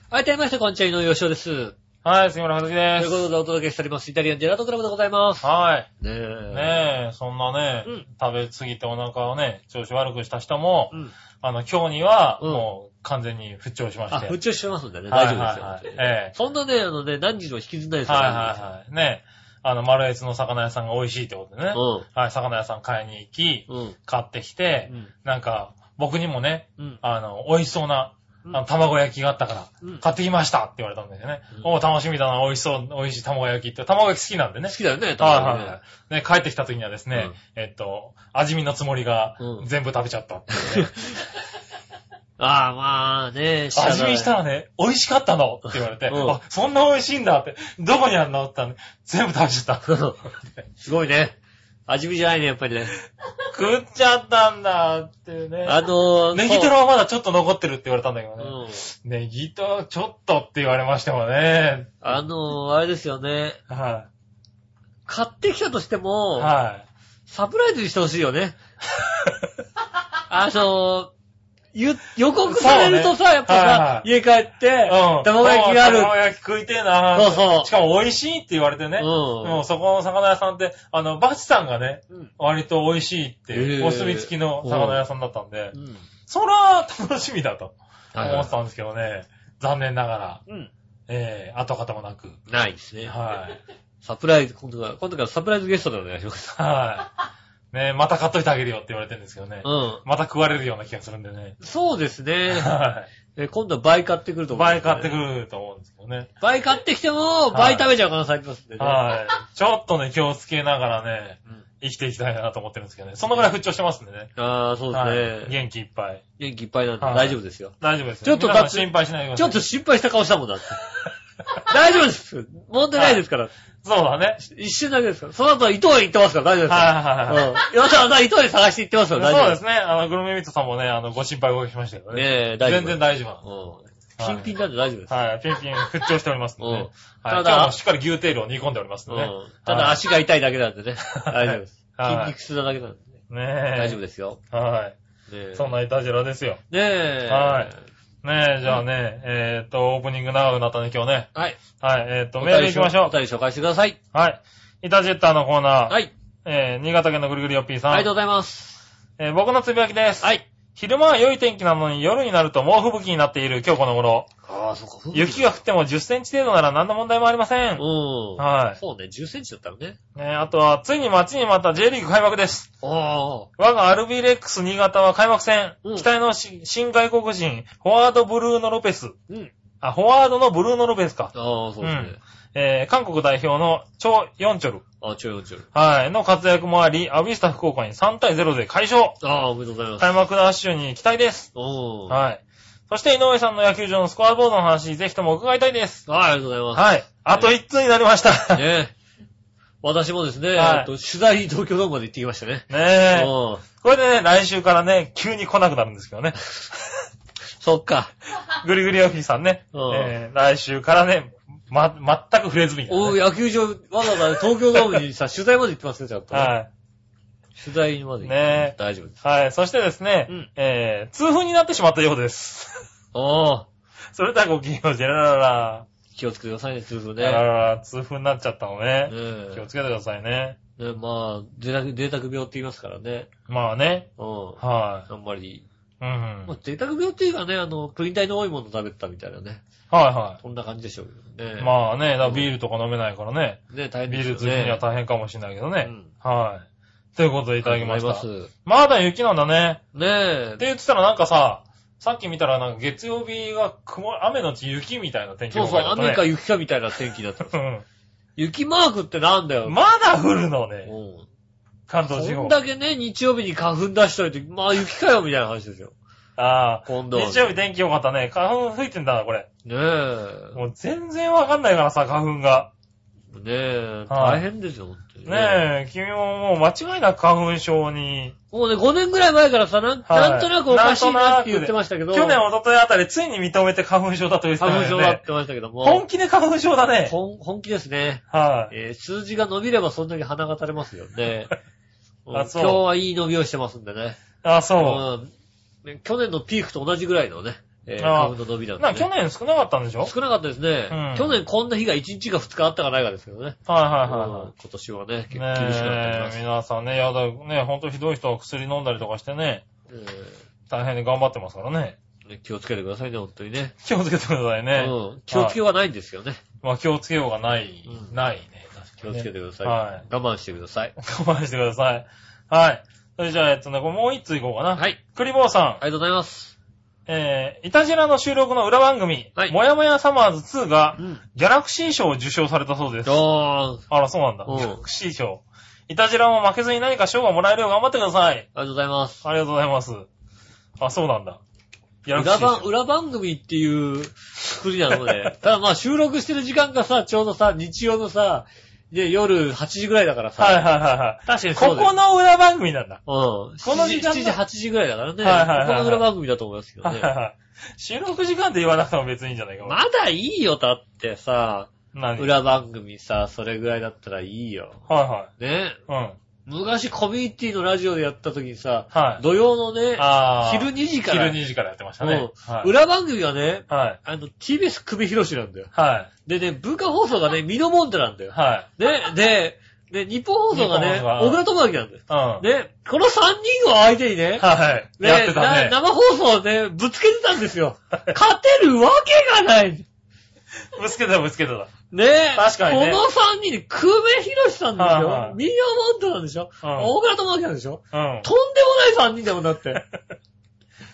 はい、改めまして、こんにちは、井上洋翔です。
はい、杉村和樹
と
で
いうこ
す。
とでお届けしております、イタリアンジェラートクラブでございます。
はい。
ね
ねえ、そんなね、
うん
食べ過ぎてお腹をね、調子悪くした人も、
うん。
あの、今日には、
うん
もう完全に復調しま
あ、
して。
復調してますんでね、
はい
大
は
丈
い
夫ですよ。
はい
本当に
え
そんなね、あのね、何時も引きずんないで
え
すよ。
はいはいはい。ねえ、あの、丸越の魚屋さんが美味しいってことでね、はい、魚屋さん買いに行き、
うん。うん。
買ってきて、なんか、僕にもね、
うん。
あの、美味しそうな、あ
う
の、
ん
卵焼きがあったから、
うん
買ってきましたって言われたんだよね。
うん
おう楽しみだな、美味しそう、美味しい卵焼きって。卵焼き好きなんでね
好。きだよね、
はい
多分
はい
ね
はい。ね、帰ってきた時にはですね、えっと、味見のつもりが
うん
全部食べちゃったっていうね、
ああ、まあね、 <laughs> 知らない
味見したらね、美味しかったのって言われて、
うん
あ、そんな美味しいんだって、どこにあるのって言ったらね、全部食べちゃった。
すごい <laughs> ね。味見じゃないね、やっぱ
<laughs>
りね。
食っちゃったんだっていうね。
あのー、
ネギトロはまだちょっと残ってるって言われたんだけど
そ
ね。
ううん。
ネギトロちょっとって言われましてもね。
あのー、あれですよね。
は
買ってきたとして
い。
も、
はい。
サプライズにしてほしいよね。 <laughs> あのー、ゆ予告されるとさ、
そうね
やっぱ
はい
さ
は、い
家帰って、
うん。
卵焼きがある。
卵焼き食いてえな
そうそう
しかも美味しいって言われてね。
うん
もうそこの魚屋さんって、あの、バチさんがね、
うん
割と美味しいってい
へ
う、
ー
お墨付きの魚屋さんだったんで
う、ん。
そら楽しみだと
はいはい
思ってたんですけどね、残念ながら、
うん。
えー、跡形もなく。
ないですね。
はい。
サプライズ、今度から、今度からサプライズゲストでお願いします。
はい。
<laughs>
ねまた買っといてあげるよって言われてるんですけどね。
うん。
また食われるような気がするんでね。
そうですね。
は
え今度は倍買ってくると
い。
思う、
倍買ってく
る。
ると思うんですけどね。
倍買ってきても、倍食べちゃう可能性ありますんでね。
はい。ちょっとね、気をつけながらね、
うん
生きていきたいなと思ってるんですけどね。そのぐらい復調してますんでね。
ああ、そうで
は
す
い。
ね。
元気いっぱい。
元気いっぱいなんで
はい
大丈夫ですよ。
大丈夫ですよ。
ちょっと
皆さん
だって
心配しないでくだ
ちょっ
さい。
と心配した顔したもんだって。
<laughs>
大丈夫です。問題ないですから。
そうだね。
一瞬だけですから。その後は伊藤へ行ってますから大丈夫ですよ。
はいはいはい。
うん。わざわざ伊藤へ探して行ってますから大
そう
丈夫
ですね。あの、グルメミットさんもね、あの、ご心配おかけしましたけど
ね
ね。
え、大丈夫。
全然大丈夫なの。
うん。ピンピンなんで大丈夫です。
はい。ピンピン復調しておりますので
うん
ね。
ただ
はい。今日もしっかり牛テールを煮込んでおります
う
のでね
ん。ただ足が痛いだけなんでね。大丈夫です。
はい
筋肉痛なだけなんで。
ねえ。
大丈夫ですよ。
す。はい。
ねえ
そんなイタジラですよ。
ねえ。
はい。ねえ、じゃあね、えーっと、オープニング長くなったね、今日ね。
はい。
はい。えーっと、メール行きましょ
お便り紹介してください。
う。はい。イタジェッターのコーナー。
はい。
えー、新潟県のぐるぐるよっぴーさん。
ありがとうございます。
えー僕のつぶやきです。
はい。
昼間は良い天気なのに夜になると猛吹雪になっている今日この頃。
ああ、そうか。
雪が降っても10センチ程度なら何の問題もありませ。
うんん。
はい
そうね、10センチだったらね。
ねあとは、ついに待ちにまた J リーグ開幕です。
ああ。
我がアルビレックス新潟は開幕戦、
うん
期待のし新外国人、フォワードブルーノ・ロペス。
うん。
あ、フォワードのブルーノ・ロペスか。
ああ、そうですね。
えー、韓国代表のチョ・ヨンチョル。
ああ、ちょいちょい。
はい、の活躍もあり、アビスタ福岡に3対0で快勝。
ああ、おめでとうございます。
開幕ダッシュに期待です。
うん。はい。
はい。そして井上さんの野球場のスコアボードの話、ぜひとも伺いたいです。
ありがとうございます。
はい。あと1通になりました。 <laughs> ね
ねえ。私もですね、
はい
えっと取材東京ドームまで行ってきましたね。
え。
うん。
これでね、来週からね、急に来なくなるんですけどね。
そっか。
グリグリオフィーさんね。
うん
えー来週からね、ま、全く触れずに、
おう
ね。
野球場、わざわざ東京ドームにさ、取材まで行ってますね、ちゃんとね。
はい。
取材まで行って。
ねえ
大丈夫です。
はい。そしてですね、
うん
えー、痛風になってしまったようです。 <laughs>
ああ。
それではごきげんよう、ジェラララ。
気をつけてくださいね、痛風
あら
ね。
ら、痛風になっちゃったのね。
ね
気をつけてくださいね。
え。ねまあ、贅沢、贅沢病って言いますからね。
まあね。
うん。
は
あんまり。
い。うん。
ま
はい
あ、贅沢病っていうかね、あの、プリン体の多いもの食べてたみたいなね。
は
そんな感じでしょうけどね。
い。まあね、だからビールとか飲めないからね。
あ。ね、大
ビ
変で
ール
す
通
よ
には
ね。
大変かもしれないけど
う
ね。
ん
はい。ということでいただきました。
ありがとうございます。
まだ雪なんだね。
ねえ
っ。て言ってたらなんかさ、さっき見たらなんか月曜日が曇、雨のち雪みたいな天気
そう
予
そ
報
う、
だったね
雨か雪かみたいな天気だった。
う
<laughs> 雪マークってなんだよ。
んまだ降るのね、
うん
関東地
こん
方。
だけね、日曜日に花粉出しといて、まあ雪かよみたいな話ですよ。
ああ。
今度は。
日曜日天気良かったね。花粉吹いてんだな、これ。
ね
もう全然わかんないからさ、花粉が。
え。ねえ、
はい
大変ですよ、本当に。
ねえ、君ももう間違いなく花粉症に。
もうね、5年ぐらい前からさ、なん
はい
なんとなくおかしいなって言ってましたけど、
去年、一昨日あたりついに認めて花粉症だと言ってた
花
よ
粉
ね。
症だってましたけど
本
も、
気で花粉症だね。
本本気ですね。
はい。
えー数字が伸びればそんだけ鼻が垂れますよね。うん
<laughs> あ
今
そう
日はいい伸びをしてますんでね。。
あ、そう
ね去年のピークと同じぐらいのね、えー
あー
花粉の伸びな
う。
んで、
なんか
ね。
去年少なかったんでしょ
少なかったですね、
うん
去年こんな日が1日か2日あったかないかですけどね。
はいは
う
い
ん
はいはい
今。年はね、結
ね
構厳しくなっております
え、。皆さんね、やだ、ね、ほんとひどい人は薬飲んだりとかしてね、大変に頑張ってますからね。
えーね気をつけてくださいね、本当にね。
気をつけてくださいね。
うん、気をつけようがないんですよね。
まあ気をつけようがない、
うん
ないね。
気をつけてください。
は
我慢してください。
我慢してください。はい。それじゃあ、えっとね、これもう一ついこうかな。
はい。
クリボーさん、
ありがとうございます。
えー、イタジラの収録の裏番組、
はい
もやもやサマーズ2が
う、ん。
ギャラクシー賞を受賞されたそうです。
どーん。
あら、そうなんだ。
うん
ギャラクシー賞。イタジラも負けずに何か賞がもらえるよう頑張ってくださ
あ
い。
りがとうございます。
ありがとうございます。あ、そうなんだ。ギャラクシ
裏
ー賞
番、。裏番組っていう作りなの
<laughs>
で、ただまあ収録してる時間がさ、ちょうどさ、日曜のさ、で、夜8時ぐらいだからさ、
はいはいはいはい。
確かにそ
こ
うだよ
この裏番組なん
う
だ。
ん。
この時間
7時、
だ
8時ぐらいだからね。
はいはいはいはい
ここの裏番組だと思いますけど
はい
ね。
はいはい。収録時間で言わなくても別にいいんじゃないか。
まだいいよ、だってさ、
何はい
裏番組さ、それぐらいだったらいいよ。
は
ね。
い。うん。
昔コミュニティのラジオでやった時にさ、
はい
土曜のね、
あー
昼2時から、
昼2時からやってましたね。
うん
はい。
裏番組がね、
はい。
あの、TBS 首広しなんだよ。
は
でね、文化放送がね、ミノモンテなんだ
い。
よ。
はい。
ね、で、で、日本放送がね
日本放送
小
が、
倉智明なんだよ。
うん。
ね、この3人を相手にね、
はい。
ね
やってたね
な。生放送をね、ぶつけてたんですよ。勝てるわけがない。
ぶつけてたぶつけてた。
ね
確かにね
この3人で、久米博さんでし
はいは
ょ
い
ミノモンテなんでしょ
うん
大倉智明なんでしょ
うん。
とんでもない3人だもんだって。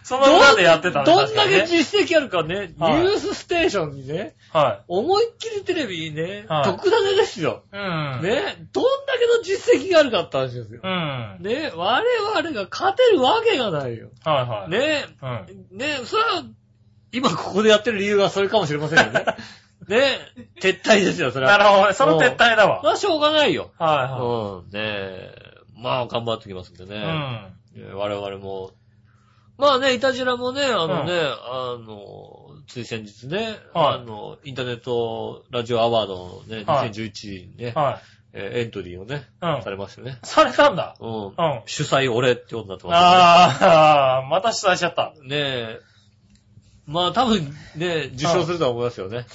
その裏でやってたね。
どん
確
だ
かに
け
ね
実績あるかね、
はい
ニュースステーションにね、
は
思いっきりテレビにね、
はい
特ダネですよ。
い。うん。。
ね、どんだけの実績があるかって話ですよ
う。ん。はい
ね、我々が勝てるわけがないよ。
はい。。
ね、
うん。
ね、それは、今ここでやってる理由はそれかもしれませんよ
<laughs>
ね。ね、撤退ですよ、それは。
なるほどね。その撤
それ
退だわ。
はしょうがないよ。
は
うん、ねえ、まあ頑張ってきますんで
い
ね。
はい。うん。
えー我々も。まあね、イタジラもね、あのね、あの、つい先日ね、
はい
あの、インターネットラジオアワードのね、
はい
2011にね、
はい。
えーエントリーをね、
うん
されましたね。
されたんだ。
うん。
うん。
主催俺ってことになってま
あー、また主催しちゃった。
すね。ねえ。まあ多分ね、受賞するとは思いますよね。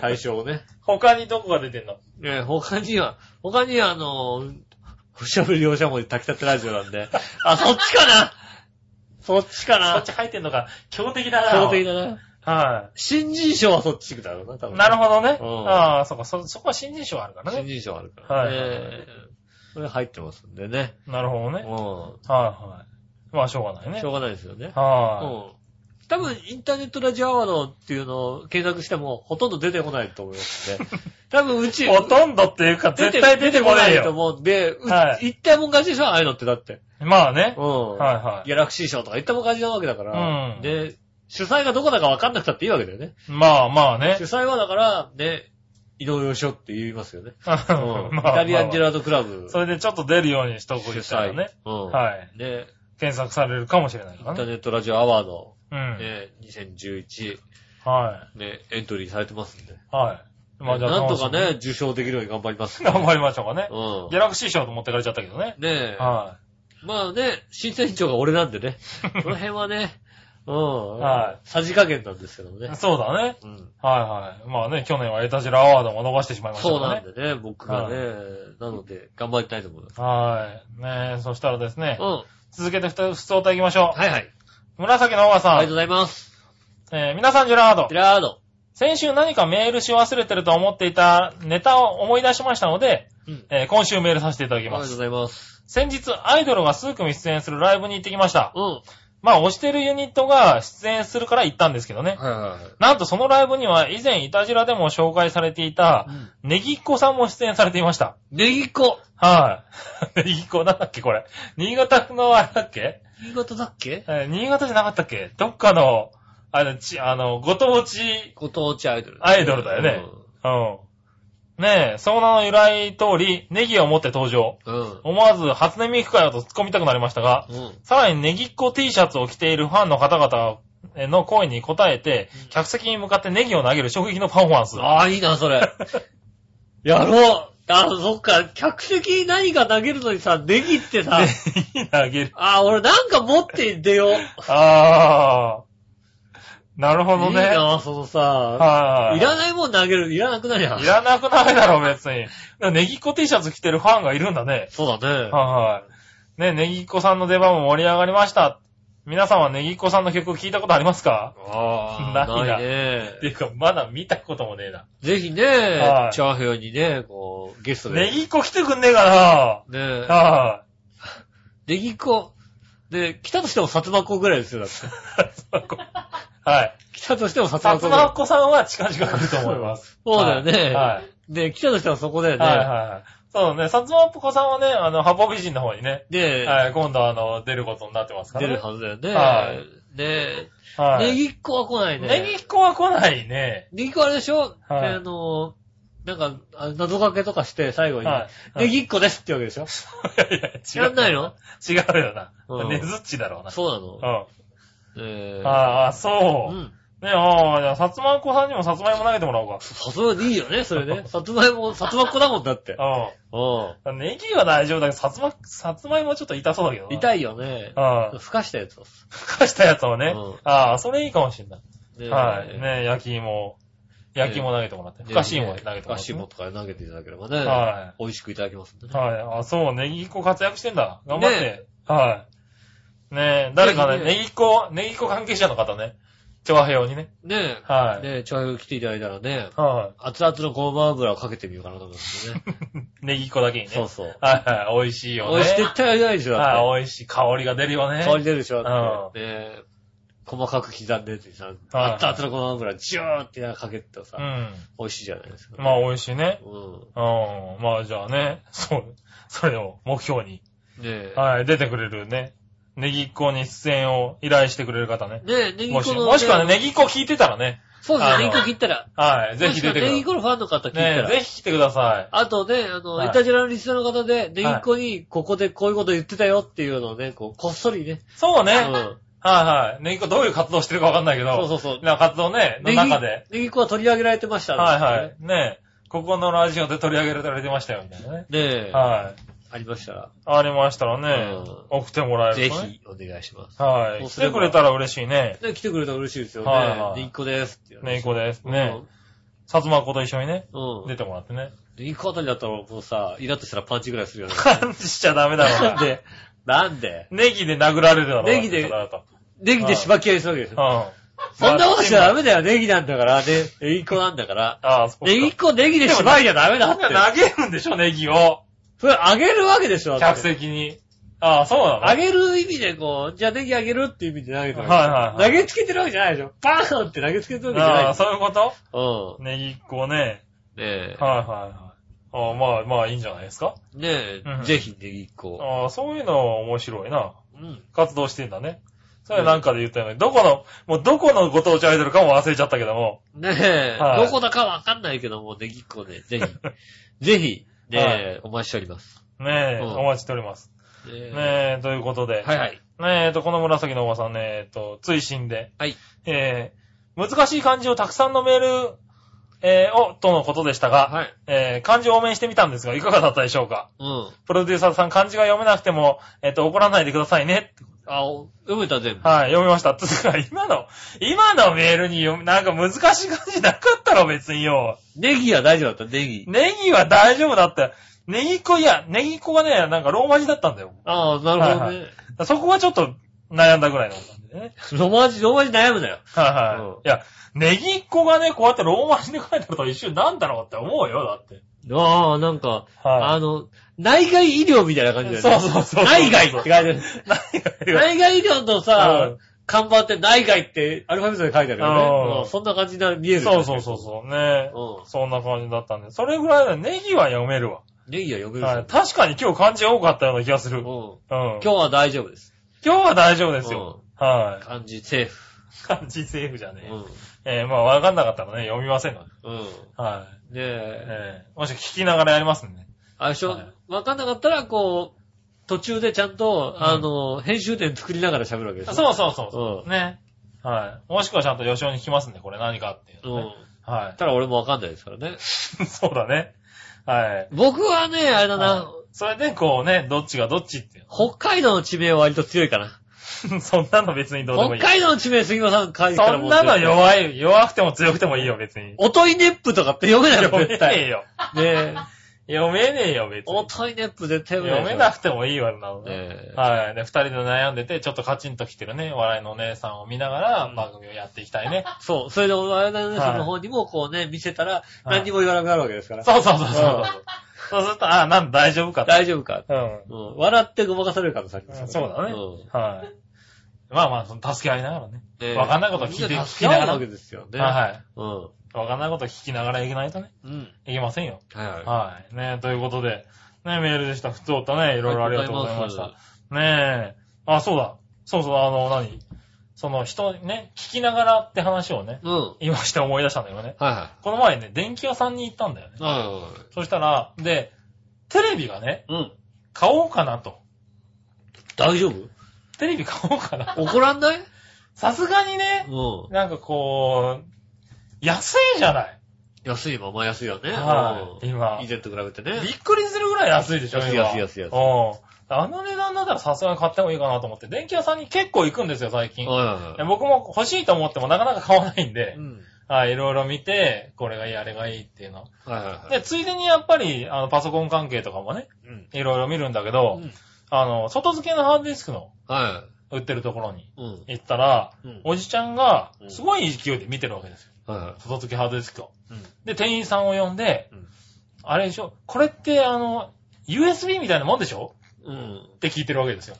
対象をね。
他にどこが出てんの
ねえ他には、他にはあの、おしゃべりおしゃもり炊きたてラジオなんで、あ、そっちかなそっちか
そ
な
っち入ってんのか、強敵だな。
強敵だな。
は
新人賞はそっちだろうな、多
い。
分。
<laughs> なるほどね。
うん
ああ、そこ、そ、そこは新人賞あるから
新
ね。
人賞あるからね。
はい
それ入ってますんでね。
なるほど
うん
ね。。はいはい。まあ、しょうがないね。
しょうがないですよね。うん
は。
多分、インターネットラジオアワードっていうのを検索しても、ほとんど出てこないと思いますんで。
<laughs>
多分、う
い。
ち、
ほとんどっていうか、絶対出てこない
と
よ。
思うんで、う
はい
一体もん勝ちでしょああいうのってだって。
まあね
う。ん。
はいは
ギャラクシー賞とか一体もん勝ちなわけだから。
うん
で、主催がどこだか分かんなくたっていいわけだよね。
い。まあまあね
主。催はだから、ね、井上義雄って言いますよね。
ま
<laughs>
あ
うんイ
まあ
タリアンジェラートクラブ。
それでちょっと出るようにしとく
主
みたい
催
なね。
うん。
はい。
ね、
検索されるかもしれない
イ
か
ンタ
ら
ー
ね。
ネットラジオアワード、
うん。
ね、2011、
は
ね、エントリーされてますんで。
い。はい。まあじゃあ、
なんとかね、。受賞できるように頑張ります。
頑張りましょうかね。
う
ギャラクシー賞と持ってかれちゃったけどね。
ん。ねえ、
は <laughs>
まあね、審査委員長が俺なんでね、この辺はね、うん。
は
さじ加減なんですけどもね。
そうだね。
うん。
はいはい。まあね、去年はエタジラアワードも逃してしまいましたか
そう
ら
な
ね。
んでね、僕がね。なので、頑張りたいと思います。
はい。ねえ、そしたらですね
うん。、は
続けてふた、ふつおた行きましょ
いはい。
う。紫のおば
あ
さ、
りがとうんございます。
えー、皆さんジェラード
ジェ、ラード。
先週何かメールし忘れてると思っていたネタを思い出しましたので、
うん。
えー今週メールさせていただ
あ
き
りが
ま
とうご
す。
ざいます。
先日、アイドルが数組出演するライブに行ってきました。
うん。はい
まあ、推してるユニットが出演するから行ったんですけどね。
はいはい。
なんとそのライブには以前イタジラでも紹介されていたネギっ子さんも出演されていました。
ネギっ子。
はい。 <laughs> ネギっ子なんだっけこれ。新潟のあれだっけ
新潟だっけ
えー新潟じゃなかったっけどっかの、あの、ち、あの、ご当地、
ご当地アイドル。
アイドルだよねうん。ねえ、その名の由来通り、ネギを持って登場。
うん。うん。
思わず初音ミクかよと突っ込みたくなりましたが、
うん。
さらにネギっ子 T シャツを着ているファンの方々の声に応えて、客席に向かってネギを投げる衝撃のパフォーマンス。
ああ、いいな、そ
<laughs>
れ。やろう。あ、そっか。客席に何か投げるのにさ、ネギって
<laughs>
さ、
ネギ投げる。
ああ、俺なんか持って出よう。
ああ。なるほど
いい
ね。
な、そのさ、
はいい。
らないもん投げる、いらなくなりゃ
い。らなくないだろ、別に。ネギっ子 T シャツ着てるファンがいるんだね。
そうだね。
はいはい。ね、ネギっ子さんの出番も盛り上がりました。皆さんはネギっ子さんの曲聞いたことありますか
ああ、
ないな
ないね
っ。ていうか、まだ見たこともねえな。
ぜひね、
はい
チャーヘヨにね、こう、ゲストで。
ネギっ子来てくんねえか
ね
なは
ネギっ子。で、来たとしても薩摩子ぐらいですよ、だって。
い。はい。
来たとしても薩摩
さつ
子ぐ
ま
ら
っこさんは近々来ると思います。
<laughs> そうだよね。
はい
で、来たとしてもそこだよ
い。はいはい
ね。
はい。そうね、さつまっこさんはね、あの、ハポ美人の方にね、
で、
はい、今度あの、出ることになってますか
出
らね。
るはずだよね。
は
で、
はい。
ネギっ子は来ないね。
ネギっ子は来ないね。
ネギっ子あれでしょで
はい
あの、なんか、あの謎かけとかして最後に、
はい。
ネギっ子ですってわけでしょ
いやいや
や
違う
んないの
違うよな
う。ん
ねずっちだろうな。
そうな
う
の
ん。。あ
えー
あ、そうう。
ん。
ねああ、じゃあ、さつまんこさんにもさつまいも投げてもらおうか。
さつまいもいいよね、それ
<laughs>
ね。さつまいも、さつまっ子だもんだって。う
うん。ネギは大丈夫だけど、さつま、さつまいもちょっと痛そうだけど
ん。
な。い。
痛いよね
う。ん。
ふかしたやつを。
ふかしたやつをね
うん。
ああ、それいいかもしれない。
ね
はい。ね焼き芋。焼き芋投げてもらって。
ね
ふかしいも投げてもらって。
ふかしいもとか投げていただければね。
は
美味しくいただけますんでね。
はい。あ、そう、ネギっ子活躍してんだ。頑張っ
ね
て。はい。ねえ、誰かね、
ね
ネギっ子、ネギっ子関係者の方ね。調和平和にね。
ね
は
え。
い。
ねえ、ちょい来ていただいたらね、
は
熱々のごま油をかけてみようかなと思うんです
<laughs>
よね。
い。ネギっ子だけにね。
そうそう。
はいはい。美味しいよね。
美味しい絶対ないでしょ、だっ
はい、美味しい。香りが出るよね。
て。香り出るでしょ、だって。ねえ。細かく刻んでるってさ、熱々のごま油、ジューってかけて
う
さ、
ん。
美味しいじゃないですか。
まあ、美味しいね。
うん。
うん。まあ、じゃあね、そう、それを目標に。
ねえ。
はい、出てくれるね。ネギっ子に出演を依頼してくれる方ね。
ねえ、ネギ
も
粉
し、
の。
もしくはね、ネギっ子聞いてたらね。
そうです
あ
ね、
の
ネギ粉切ったら。
はい、ぜひ出てく
ネギ
だ
粉のファンの方聞い
さ
た
い。
ら。
ねぜひ来てくださ
あとね、あの、
はい
イタジラのリスナーの方で、ネギっ子に、ここでこういうこと言ってたよっていうのをね、こう、こっそりね
い。。そうね。
う
はい
ん。
はい。ネギっ子どういう活動してるかわかんないけ
そうそ
ど。
うそう。
な活動ね、
ネ
の
ギ、
中で。
ネギっ子は取り上げられてましたね。
はいはい。ねここのラジオで取り上げられてましたよ、みたいなね。
ねえ、
はい。
ありましたら、
ありましたらね、送ってもらえる
ぜ
とね
ひお願いします。そ
はい。
う
来
すれ
て
ば
くれたら嬉しいね。
ね、来てくれたら嬉しいですよね。
はいはい
ネギっ子ですっていう
ねいこです。
うん
ねさつまっこと一緒にね、
うん。
出てもらってね。
ネギっ子あたりだったら、もうさ、イラッとしたらパンチぐらいするよね。
感じしちゃダメだろ
な。
うなん
で、なんで、
ネギで殴られるだろうな。
ネギで
それだと
ネギでしばき合いするわけでし
うん。
ょ。そんなことしちゃダ
メ
メだよ、ネギなんだから。ね、ネギっ子なんだから。
ああ、そっか。
ネギっ子ネギでしばいじゃダメだって。
投げるんでしょ、ネギを。
それあげるわけでしょだっ
客
て
席に。ああ、そうなの
あげる意味でこう、じゃあネギあげるって意味で投げてるわけ
はい <laughs> はいはい
投げつけてるわけじゃないでしょ。パーンって投げつけてるわけじゃない
ああ、そういうこと
う
ネギっ子ね。
ん。ねえ。
はいはいはい。ああ、まあまあいいんじゃないですか。
ね
う
え、
ん
ぜひネギっ子。
ああ、そういうの面白いな。
うん。
活動してんだね。それはなんかで言ったよね。どこの、もうどこのご当地アイドルかも忘れちゃったけども。
ねえ、
はい
どこだかわかんないけども、ネギっ子ね、
<laughs>
ぜひ、ぜひ、ねえ、お待ちしております。
ねえ、
うん
お待ちしております。
ねえ
ねえ、ということで。
はいはい。
ねえ、と、この紫のおばさんね、えっと、追伸で。
はい。
えー、難しい漢字をたくさんのメール、えー、を、とのことでしたが、
はい。
えー、漢字を応援してみたんですが、いかがだったでしょうか
うん。
プロデューサーさん、漢字が読めなくても、えっと、怒らないでくださいね。
あ、お読めた全部。
はい、読みました。 <laughs> つうか、今の、今のメールに読み、なんか難しい感じなかったろ、別によ。
ネギは大丈夫だった、ネギ。
ネギは大丈夫だって。ネギ子、いや、ネギ子がね、なんかローマ字だったんだよ。
ああ、なるほどね。
はいはそこはちょっと悩んだぐらいのことなんでね。
ロマ字、ロマ字悩むなよ。
はい
うん
はい。いや、ネギっ子がね、こうやってローマ字で書いてあると一瞬なんだろうって思うよ、だって。
ああ、なんか、
は
あの、内外医療みたいな感じだよね。
そうそうそう
内外って書いてある。
い。何
<laughs>
が言う
内外医療の
う
さ
ん、
看板って内外ってアルファベットで書いてあるよ
うん
ねうん。そんな感じに見える。
そうそうそうそう。ね
うん
そんな感じだったんで。それぐらいだねネギは読めるわ。
ネギは読める
はい
し。
確かに今日漢字多かったような気がする。
う
うんん。
今
今
日は大丈夫です。
今日は大丈夫ですよ。はい。
漢字セーフ。
漢字セーフじゃねえ。
うん。
えー、まあわかんなかったらね、読みませんので。
うん。
はい。
ねえ。
えー、もし聞きながらやりますんでね。
あれでしょ
はい
わかんなかったら、こう、途中でちゃんと、
うん
あの、編集点作りながら喋るわけでしょ
そうそうそうそうう。ね。はい。もしくはちゃんと予習に聞きますんで、これ何かっていう
う
のね、
ん。
は
ただ俺もわかんないですからね。
い。 <laughs> そうだね。はい。
僕はね、あれだな、
はいそれでこうね、どっちがどっちっていう
北海道の地名は割と強いかな。
の。 <laughs> そんなの別にどうでもい
北海
い。
道の地名杉本さん書いてた
そ
らも
ん
う
なの。弱い、弱くても強くて <laughs> もいいよ、別に。
おといねっぷとかって読めないの
読め
絶
ねえ
対。
よ。
ねえ。
読めねえよ、別
お
に。
といねっぷ絶対読めない
読
でし
め
ょ。
なくてもいいわ、なのね。
ねえ。
はい。で、二人で悩んでて、ちょっとカチンと来てるね、笑いのお姉さんを見ながら番組をやっていきたいね。
そう。それで、我々の
は
人
い
の方にもこうね、見せたら、
い
何にも言わなくなるわけですから。。
そうそうそうそううんそうすると、あ、なんだ大丈夫かって。
大丈夫か。
うん。
うん笑ってごまかされるからさっきの
そうだね
うん
はい。まあまあ、その助け合いながらね。
ねえ
わかんないこと聞いて
みんな助け合う
聞きながら
わけですよね。
はいはい。
うん。
わかんないこと聞きながらいけないとね、
うん。
いけませんよ。
はいはい。
はい。ねということで、ねメールでした。普通おったね、いろいろありがとうございました。
ありがとう
ねえ。あ、そうだ。そうそう、あの、何その人にね、聞きながらって話をね、
うん。はい
今して思い出したんだけどね。
は
この前ね、電気屋さんに行ったんだよね。
い。は
そしたら、で、テレビがね、
いはい。うん。
買おうかなと。
大丈夫
テレビ買おうかな。
怒らんない
さすがにね、
うん。
なんかこう、安いじゃない。
安いまま安いよね。
はい。
うん
今
以。前と比べてね。
びっくりするぐらい安いでしょ、
安い
今
安い安い安い
うん。あの値段だったらさすがに買ってもいいかなと思って、電気屋さんに結構行くんですよ、最近。
はいはい
で
は
僕も欲しいと思ってもなかなか買わないん
い。
で
う、ん。
はい、いろいろ見て、これがいい、あれがいいっていうの。
はいはいは
で、
い。
ついでにやっぱり、あの、パソコン関係とかもね、
うん。
いろいろ見るんだけど、
うん
あの、外付けのハードディスクの
は
売ってるところに
い。うん。
行ったら、
うん。
おじちゃんが
う、ん
すごい勢いで見てるわけですよ。
はいは
外付けハードディスクを。
い。うん。
で、店員さんを呼んで、
うん
あれでしょ、これってあの、USB みたいなもんでしょ
うん。
って聞いてるわけですよ。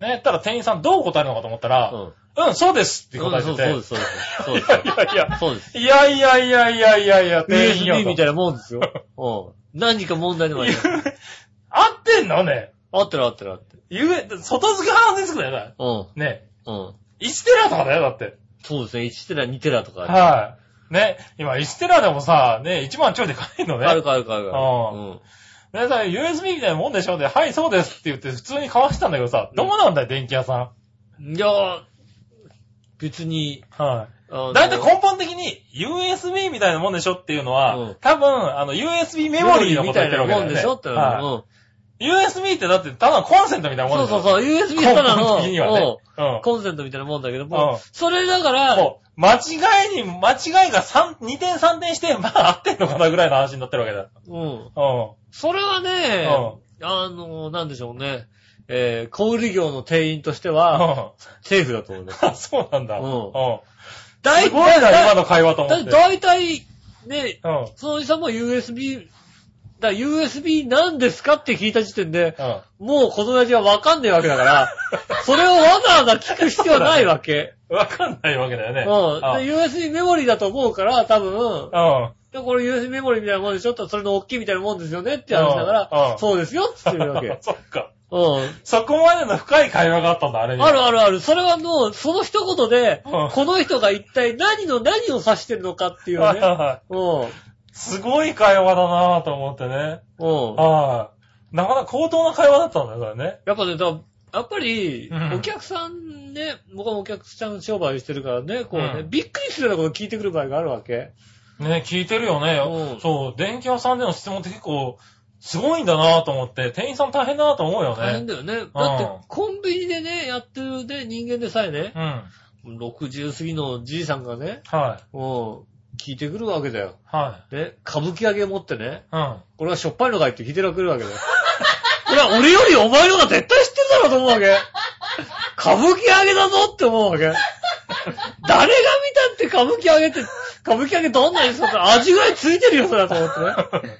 ね、やったら店員さんどう答えるのかと思ったら、
うん。
うん、そうですって
そう
答
で
え
す、そ
て
う
て、
です、そうです。そうです。
いやいや
そうです。
いやいやいやいやいやいや、店員よ
USB みたいなもんですよ。うん。何か問題でもあります。
<laughs> 合ってんのね。
合ってる合ってる合ってる。
ゆえ、外付けハードディスクだよ
うん。
な。ね。
うん。
1テラとかだよ、だって。
そうですね。1テラ、2テラとかある。
はい。ね。今、1テラでもさ、ね、1万ちょいで買えるのね。
あるかあるかあるか。
あー
うん。
ね、だから USB みたいなもんでしょで、はい、そうですって言って普通に買わしたんだけどさ、どうなんだよ、電気屋さ
いやー、別に、
ん。はい。
あの
だいたい根本的に USB みたいなもんでしょっていうのは、
うん
多分、あの、USB メモリーの
み
こと
たい
言ってる
な
わけだ
も
よ
ん
ね。
でしょってのは
は
うん
い USB ってだってただコンセントみたいなもん
そう
でしょ
そうそう、USB
根
ただの、
本的にはね。
うんコンセントみたいなもんだけど
うん
も、それだから、
うん。そう。間違いに、間違いが3、2点3点して、まあ合ってんのかなぐらいの話になってるわけだ。
うん。
う
それはね、あの、なんでしょうね、えー、小売業の店員としては、
ん。
セーフだと思います。
うん。 <laughs> そうなんだ。
うん
すごいな、今の会話と思
だ
って。
大体、ね、
うん。うん。
そのおじさんも USB、だ USB なんですかって聞いた時点で、もうこの親父はわかんねえわけだ
<laughs>
から、それをわざわざ聞く必要はないわけ。
わかんないわけだよね。
うん。
あ
で USB メモリーだと思うから、多分、
うん。
でこれ USB メモリーみたいなもんでしょってそれの大きいみたいなもんですよねって話だか
うんう
ら
ん、
そうですよって言ってるわけ。
<laughs> そっか。
う
そこまでの深い会話があったんだ、あれに
ん。
は。
あるあるある。それはもう、その一言で、
うん
この人が一体何の何を指してるのかっていう
はいはい
ね。
はい。
うん。
すごい会話だなぁと思ってね。
うん。
はい。なかなか高等な会話だったんだよ、それね。
やっぱね、だやっぱり
う、ん
お客さんね、僕はお客さんの商売してるからね、こうね、
うん
びっくりするようなこと聞いてくる場合があるわけ。
ね、聞いてるよね
う。ん
そう、電気屋さんでの質問って結構、すごいんだなと思って、店員さん大変だなと思うよ
大変
ね。
だよね。だって、コンビニでね、やってるで人間でさえね
う、ん。
60過ぎのじいさんがね、
はい。
もう、聞いてくるわけだよ。
は
ね、歌舞伎揚げ持ってね、
い。うん。 <laughs>
これはしょっぱいのかいって聞いてらくるわけだよ。これは俺よりお前の方が絶対知ってるだろうと思うわけ。歌舞伎揚げだぞって思うわけ。誰が見たって歌舞伎揚げって、歌舞伎揚げどんなにそうか味ぐらいついてるよ、それはと思ってね。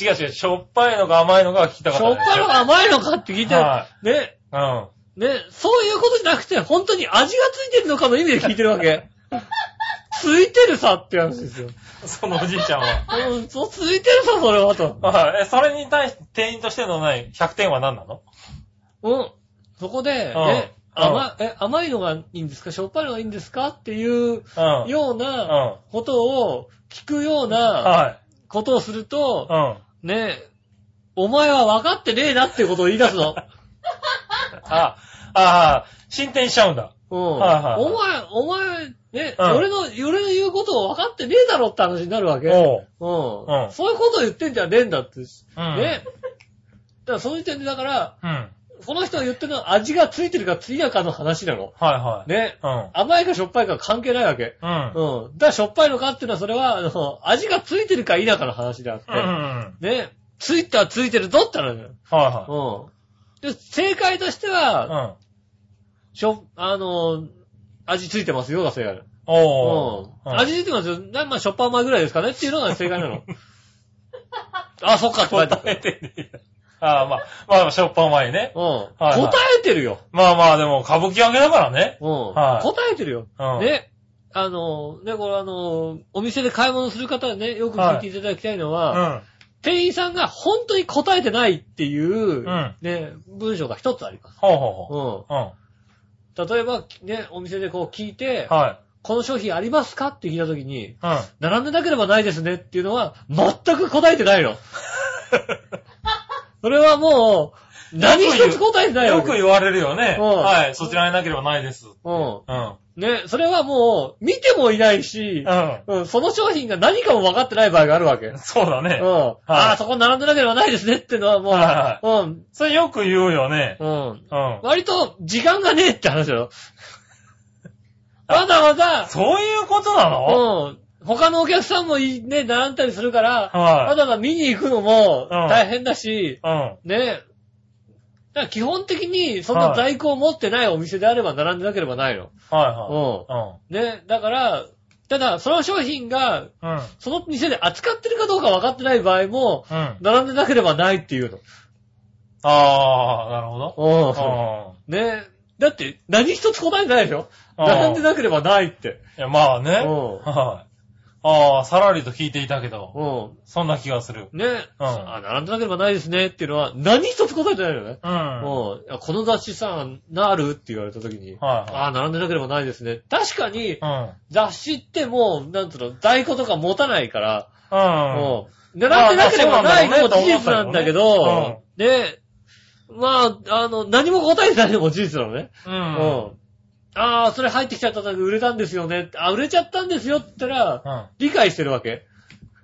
違う違う、しょっぱいのか甘いのかは聞きたかっ
したょ
で
っ
す。
ぱいのか甘いのかって聞いて、
は
ね、
うん。
ね、そういうことじゃなくて、本当に味がついてるのかの意味で聞いてるわけ。ついてるさって話ですよ。
<laughs> そのおじいちゃんは。
うん、そう、ついてるさ、それはと。
はい。え、それに対して、店員としてのない100点は何なの
うん。そこで、
うん
え、甘、え、甘いのがいいんですかしょっぱいのがいいんですかっていう
うん。
よう
うん。
な
は。
ことを聞くようないことをすると
う、ん。
ね、お前は分かってねえなってことを言い出す
<laughs>
の。
あ、ああ、進展しちゃうんだ。
うん。
はいはい
お前、お前、ね、
うん
俺の、俺の言うことを分かってねえだろって話になるわけ。うん。
おう。うん
そういうことを言ってんじゃねえんだって。ね。
うん。
だからその時点でだから、
うん。はい
この人が言ってるのは味がついてるかついやかの話なの。
はい。
ね。
うん。
甘いかしょっぱいか関係ないわけ。
うん。
うん。だからしょっぱいのかっていうのはそれは、あの、味がついてるか否かの話であって、
うん。はい
ね。ついたらついてるぞってなるのよ
は
うん。で、正解として
い。う
は、
ん。
しょ、あの、味ついてますよが正解なの。
おう。
うん。味出てますよ。なまあ、しょっぱ甘いぐらいですかねっていうのが正解な
<laughs>
の。あ、そっかって書いてあ
答
っ
えてねえああ、まあ、まあ、しょっぱ甘いね。
た。うん。
はいはい
答えてるよ。
まあまあ、でも、歌舞伎揚げだからね。
うん。
はい
答えてるよ。
うん。
ね。あの、ね、これあの、お店で買い物する方はね、よく聞いていただきたいの
う
は、
ん。
店員さんが本当に答えてないっていう、
うん
ね、文章が一つあります。
ほうほう
う
ほう。
ん。
うん。
例えば、ね、お店でこう聞いて、
はい。
この商品ありますかって聞いたときに、
うん。
並んでなければないですねっていうのは、全く答えて
<laughs>
ないの。それはもう、何一つ答えてない
よく
よ。
言われるよね。
うん
はい。そちらになければないです。
う
うん。
ん。ね、それはもう、見てもいないし、
う
うん、その商品が何かも分かってない場合があるわけ。うん
ん。。そうだね。
ああ、そこ並んでなければないですねってのはもう、
は
うん、
それよく言うよね。
うん。
うん。
割と時間がねえって話
<laughs>
だよ。わざわざ、
そういうことなの
うん。他のお客さんもいね、並んだりするから、
はい
わざわざ見に行くのも
うん
大変だし、
うん。
ね。だから基本的に、そんな
はい
在庫を持ってないお店であれば並んでなければないの。
はいは
うん。ね。だから、ただ、その商品が、
い。うん。うん。
その店で扱ってるかどうか分かってない場合も、
うん。
並んでなければないっていうの。
ああ、なるほど。
う。
うん
ねだって、何一つ答えてないでしょ
うん
並んでなければないって。
ん。いや、まあね。
うん
はい。ああ、さらりと聞いていたけど、
うん。
そんな気がする。
ね
うん
あ、並んでなければないですねっていうのは、何一つ答えてないよね。
うん。は
うんいや。この雑誌さ、なるって言われた時に
い、は
ああ、並んでなければないですね。確かに
い。、うん。
雑誌ってもう、なんつうの、在庫とか持たないから、
うん。
うん。並んでなければないのも
まあ
事実なんだけ
そうなんだ
ど
ろ、
で、まあ、あの、何も答えてないのも事実なのね。
う。。
うんああ、それ入ってきちゃった時売れたんですよね。あ、売れちゃったんですよって言ったら
う、ん。
理解してるわけ。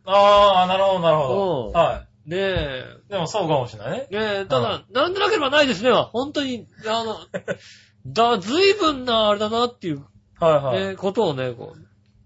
ああ、なるほど、なるほど。
うん
は
ねえ、
い。でもそうかもしれないね。
ねえ、ただ、並んでなければないですねは、本当に、あの、 <laughs> だ、随分な、あれだなっていう、
はいはい。
ね、ことをね、こ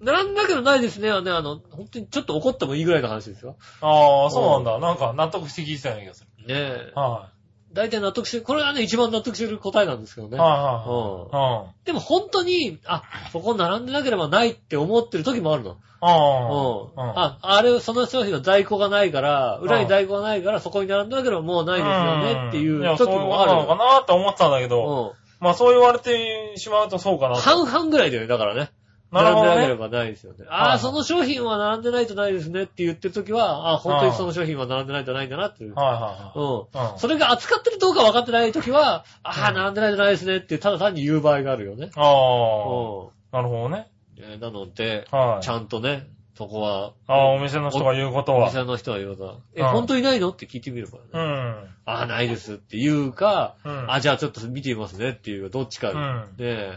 う、並んでなければないですねはね、あの、本当にちょっと怒ってもいいぐらいの話ですよ。
ああ、そうなんだ。なんか納得して聞いてたような気がする。
ねえ、
は
大体納得してる、これはね、一番納得してる答えなんですけど
い。
ね。
は
う
い
ん。
は
でも本当に、あ、そこ並んでなければないって思ってる時もあるの。
い。うん。
う。
うんん。うん。
あ、あれ、その商品の在庫がないから、裏に在庫がないから、そこに並んでなければもうないですよねってい
ん
う
いや、
時
そういう
も
ことなのか
ある。
なって思ってたんだけど、
うん。
まあそう言われてしまうとそうかなと。
半々ぐらいだよね、だからね。
な
並ん
るほ
で
ど
なけれ
ね。
ばないですよね。
はい
あ
は
あ、
い
その商品は並んでないとないですねって言ってるときは、あー本当にその商品は並んでないとないんだなっていう。
は
うん。
いはいはい。うん。
それが扱ってるどうか分かってないときは、ああ、
うん
並んでないとないですねって、ただ単に言う場合があるよね。
ああ、
う
なるほどね。
んえー。なので、
はい。
ちゃんとね、そこは、
ああ、お店の人が言うこと
お
は。
店の人は言うと、え、
うん
本当にないのって聞いてみればね。
うん。
ああ、ないですって言うか、
うん
あ、じゃあちょっと見てみますねっていう、どっちか
うん
で、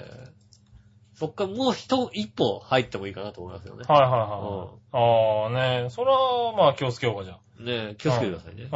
そっからもう一、一歩入ってもいいかなと思いますよね。
はいはいはい。ああね、それはまあ気をつけようかじゃあ。
ねえ、気をつけてくださいね。 <laughs>
う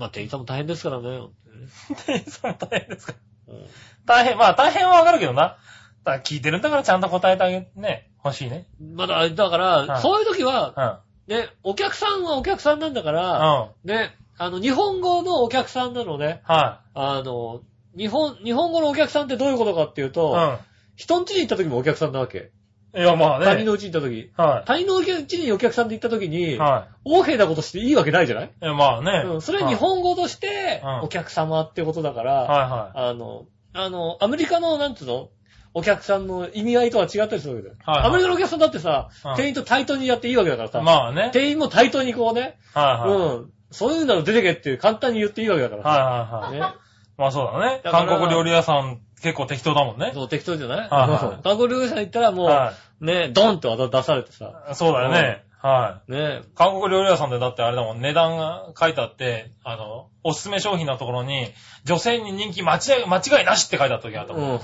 まあ、店員さんも大変ですからね。本当にね
ん。店員さん大変ですか
うん
大変、まあ大変はわかるけどな。だ聞いてるんだからちゃんと答えてあげ、ね、欲しいね。
まだ、だから、
はい
そういう時は、
うん。うん。
ね、お客さんはお客さんなんだから、
は
ね、あの、日本語のお客さんなのね、
い。
あの、日本、日本語のお客さんってどういうことかっていう
う
と、
ん。
人ん家に行った時もお客さんなわけ。
いや、まあね。
他人の家に行った時。
は
他人の家にお客さんで行った時
い。
に、
は
横柄なことしていいわけないじゃない、
い。え、まあね。
うん、それは日本語として
はい、うん
お客様ってことだから、
はいは
あの、あの、アメリカの、なんつうのお客さんの意味合いとは違ったりするわけだよ。
はいはい
アメリカのお客さんだってさ、
うん
店員と対等にやっていいわけだから
い。
さ、
まあね。
店員も対等にこうね、
はいはい。
うん、そういうなら出てけって簡単に言っていいわけだからさ、
はいはいはい。
ね、
まあそうだね。
だか
韓
ら
国料理屋さん結構適当だもんね。
そう適当じゃない、
はいはい
そう韓国料理屋さん行ったらもう、
は
ね、ドンって渡出されてさ、
い。そうだよね。はい。
ね、
韓国料理屋さんでだってあれだもん、値段が書いてあって、あの、おすすめ商品のところに、女性に人気間違い、間違いなしって書いてあった時あった
う
もん。
ん、うん。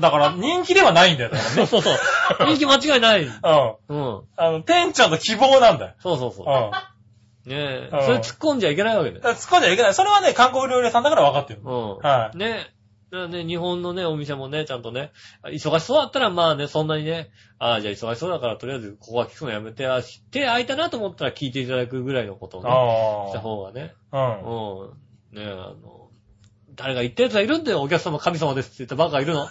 だから人気ではない
<laughs>
んだよ、だか
そうそう
<laughs>
そう。人気間違いない。うん。
らね。
そう
うん。あの、店長の希望なんだよ。
そう
うん。
そ
だか
う。ね
うん
それ突っ込んじゃいけないわけだよ。
ら突っ込んじゃいけない。それはね、韓国料理屋さんだから分かってる。
うん。
は
<laughs>
い。
ね。だからね、日本のね、お店もね、ちゃんとね、忙しそうだったら、まあね、そんなにね、ああ、じゃあ忙しそうだから、とりあえず、ここは聞くのやめて、あ手空いたなと思ったら聞いていただくぐらいのことをね、した
あ
方がね、
あ。うん。 <laughs>
うん。ねえ、あの、誰が言ったやつがいるんだよ、お客様神様ですって言ったバカがいる
<laughs>
の。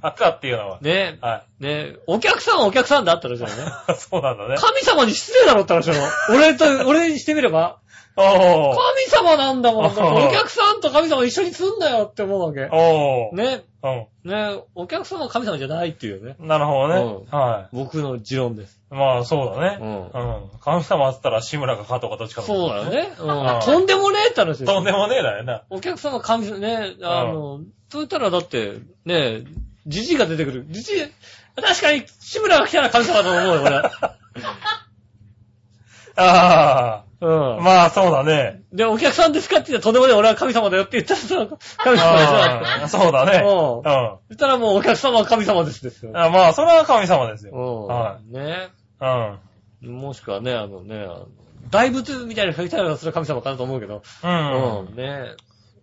バカっていうのは。
ね
は
え、ねえ、お客さんはお客さんだったらじゃね。
い。 <laughs> そうなんだね。
神様に失礼だろったらじゃの。俺と、俺にしてみれば。
おー。
神様なんだもん。
あー
お客さんと神様一緒にすんなよって思うわけ。
おー。
ね。
う
ね、お客様は神様じゃないっていうね。
ん。なるほどね。
う
は
僕の持論です。
い。まあ、そうだ
う
ね。
ん。
うん。神様っつったら志村か加藤かどっちか
そうだよ。ね。うん
うん。
とんでもねえって話です
とん
よ。
でもねえだよな。
お客様は神様ね、あの、そう言ったらだって、ね、じじいが出てくる。じじい、確かに志村が来たら神様だと思うよ、 <laughs>
ああ。
俺。
まあ、そうだね。
うん。で、お客さんですかって言ったらとんでもねえ俺は神様だよって言ったらさ、神様でし
あ
<laughs>
あそうだね。
ょ。うん。
うん。
言ったらもうお客様は神様ですですよ。
あまあ、それは神様ですよ。は
うん。ね。
うん。
もしくはね、あのね、あの大仏みたいな人がいたらそれは神様かなと思うけど。
う
うん
ん。。
ね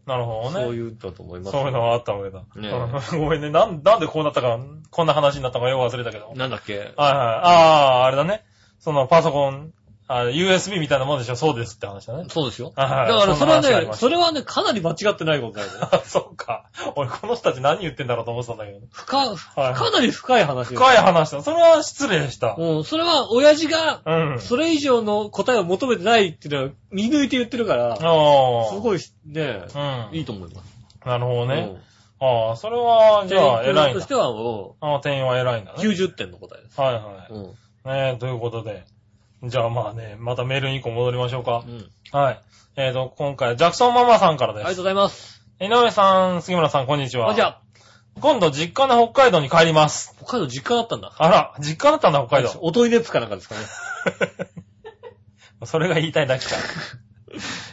なるほど
そう
ね。
いうんだと思います。
そういうのはあったわけだ。
ね
うんごめんね。なん、なんでこうなったか、こんな話になったかよく忘れたけど。はいはい。
なんだっけ
ああ、あれだね。そのパソコン、あ USB みたいなもんでしょ。そうですって話だね。
そうですよ。
は
だ
い
からそれ
はい
は
そんな話があり
ね
ま、した
それはね、かなり間違ってないことだよね。
あ、 <laughs> そっか。俺、この人たち何言ってんだろうと思ってたんだけど。
深、
はい
かなり深い話です。
深い話だ。それは失礼した。
うん、それは親父が、
うん。
それ以上の答えを求めてないっていうのは見抜いて言ってるから、す
ああ。い。
ごいね、
うん。
いいと思います。
なるほどね。
うん。
ああ、それは、じゃあ、
店員
偉いん
とし
だ
て。はも
ああ、店員は偉いんだ
う、
ね。
90点の答えです。
はいは
うん。
い。ねえ、ということで。じゃあまあね、またメールに一個戻りましょうか
う。ん。
はい。えっ、と、今回、ジャクソンママさんから
あ
で
りがとう
す。
ございます。
井上さん、杉村さん、こんにちは。
あ、じゃあ、
今度、実家の北海道に帰ります。
北海道実家だったんだ。
あら、実家だったんだ、北海道。
おとい熱かなんかですかね。
<laughs> それが言いたいだけか。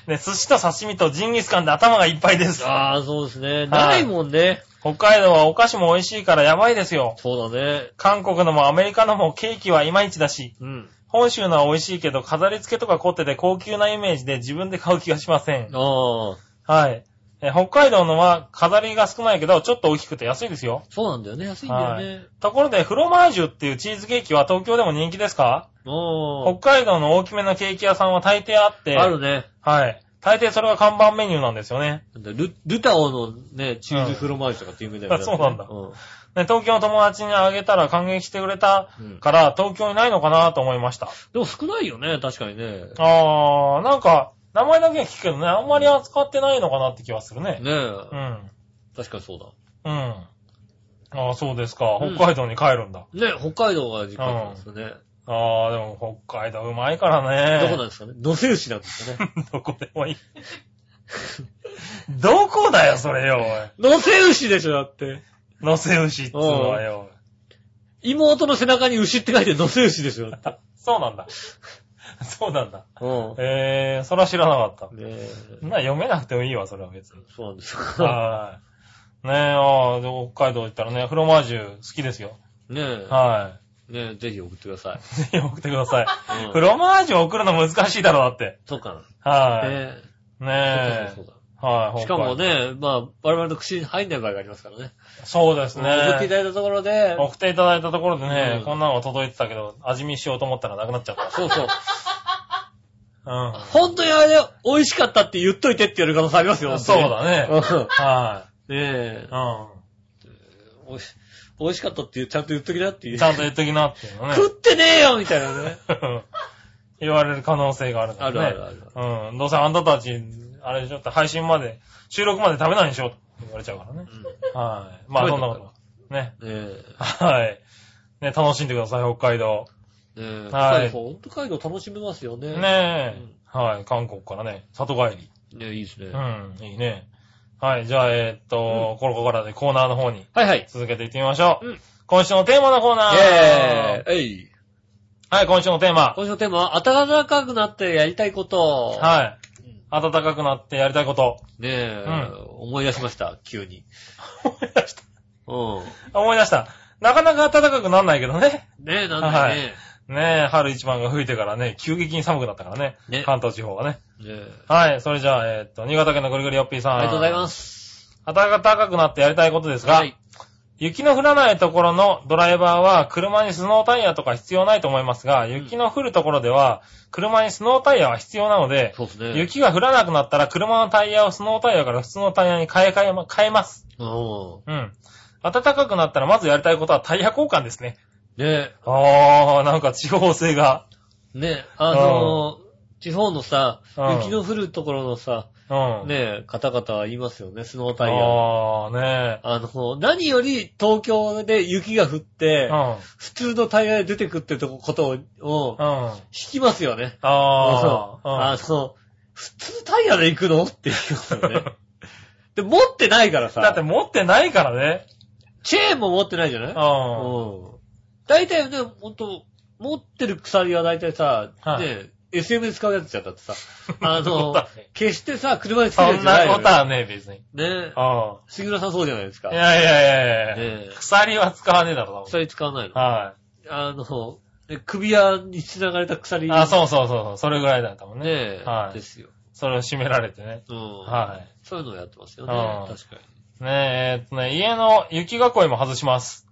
ね、寿司と刺身とジンギスカンで頭がいっぱいです。
ああ、そうですね。ないもんね。
北海道はお菓子も美味しいからやばいですよ。
そうだね。
韓国のもアメリカのもケーキはいまいちだし、
うん。
本州のは美味しいけど飾り付けとか凝ってて高級なイメージで自分で買う気がしません。
ああ、
はい。え北海道のは飾りが少ないけど、ちょっと大きくて安いですよ。
そうなんだよね。安いんだよね。
ところで、フロマージュっていうチーズケーキは東京でも人気ですか
あ
北海道の大きめのケーキ屋さんは大抵あって、
あ。あるね。
はい。大抵それが看板メニューなんですよね。
ル、ルタオのね、チーズフロマージュとかって有名だよね。
あそうなんだ
うん。
ね東京の友達にあげたら感激してくれた
うん
から、東京にないのかなと思いました。
でも少ないよね、確かにね。
あー、なんか、名前だけは聞くけどね、あんまり扱ってないのかなって気はするね。
ね
う
え。
ん。
確かにそう
うん。ああ、そうですか。
うん
北海道に帰るんだ。
だ。ね北海道が実家なんですよね。
ああ、でも北海道うまいから
ど
ね。
こなんですかね野瀬牛なんですかね。
<laughs>
<laughs>
どこでもいい。どこだよ、それよ、お
野瀬牛でしょ、だって。
い。のせ牛っつうのはよ。
妹の背中に牛って書いて野瀬牛でしょ、だって。
そうなんだ。 <laughs> そうなんだ。
うん。
えー、それは知らなかった。
ねえ。
そんな読めなくてもいいわ、それは別に。
<laughs> そうなんですか。
はい。ねえ、ああ、で北海道行ったらね、フロマージュ好きですよ。
<laughs> ねね
は
え。ねえ、ぜひ送ってください。
い。ぜひ <laughs> 送ってく
<laughs>
ださい。
うん
フロマージュ送るの難しいだろ、だって。
そうかな。
はい。
ねえ。
ね
そうそうそう
え。はい、
しかも。ね、まあ、我々の口に入んない場合がありますからね。
そうですね。
送っていただいたところで、
送っていただいたところでね、
うん
こんなのが届いてたけど、味見しようと思ったらなくなっちゃっ
そう
<laughs>
そう。
た。う
本当にあれ、美味しかったって言っといてってやる可能性ありますよ。
ん。そうだね。
本当に。
は
うん <laughs> ねえ
い。。う
おいし美味しかったっていうちゃんと言っときなってい
ん。
う。
ちゃんと言っときなっていうのね。
食ってねえよみたいなね。
<laughs> 言われる可能性があるか
あ
ら
る
ね。
あるある。
うん。どうせあんたたち、あれでしょって配信まで、収録まで食べないでしょって言われちゃうからね。
うん
はい。ま
食
あ、そ
べて
んなこと。ね。
ねえ。
はい。ね、楽しんでください、北海道。
ねえ。
はい
北海道本当北海道楽しめますよね。
ねえ。はい。韓国からね、里帰り。
ねえいいですね。
う
は
ん。いいね。はい。じゃあ、えーっと、ここからでコーナーの方に
いはい。
続けていってみましょう。
うん
今週のテーマのコーナー。
ええ。えい。
はい、今週のテーマ。
今週のテーマは、暖かくなってやりたいこと。
はい
うん。
暖かくなってやりたいこと。
ねえ、
うん
思い出しました、急に。
思い出した。
うん。
思い出した。なかなか暖かくなんないけどね。
ねえ、なんだよね。
ねえ、春一番が吹いてからね、急激に寒くなったからね。
ね
関東地方がね。
ねえ
はい、それじゃあ、えーっと、新潟県のぐりぐりよっぴーさん。。
ありがとうございますす。
暖かくなってやりたいことですが、
はい。
雪の降らないところのドライバーは車にスノータイヤとか必要ないと思いますが、雪の降るところでは車にスノータイヤは必要なので、
そうですね。
雪が降らなくなったら車のタイヤをスノータイヤから普通のタイヤに買い替えま、変えます。
うん。
うん。暖かくなったらまずやりたいことはタイヤ交換ですね。
ね
あー、なんか地方性が。
え、ねえ、あのー地方のさ、
うん
雪の降るところのさ、
うん。
ねえ、方々は言いますよね、スノータイヤ。
あー、ね
あの、何より東京で雪が降っ
え。
て
う、ん。
普通のタイヤで出てくってとこことを、を
う
引き
ん。
ますよね。
あ
そうあ
ー。
の、普通タイヤで行くのって言いますよ
<laughs>
ね。で、持ってないから
う
さ。
ん。だって持ってないからね。
チェーンも持ってないじゃな
う
いう
ん。
ん。大体ね、ほんと、持ってる鎖は大体さ、
はい
ね、SMS 使うやつじゃんだって
<laughs>
さ。あ
そ
の
うだね、
決してさ、車につけ
そ
るやつ
ん
じゃな
ない
よ
こ
ね
とはね、別に。
ね。
うん。
杉村さんそうじゃないですか。
い
ね
やいやいやいや、
え
鎖は使わねえだろ、多分。
鎖使わないの。
は
あの、ね首輪に繋がれた鎖。
い。あ、そうそうそうそう、それぐらいだったもんね。
ねえ、
はい
ですよ。
それを締められてね。
うん。
は
そういうのをやってますよ
あ
ね。
あ
確かに。
い。ねえ、えーっとね、家の雪囲いも外します。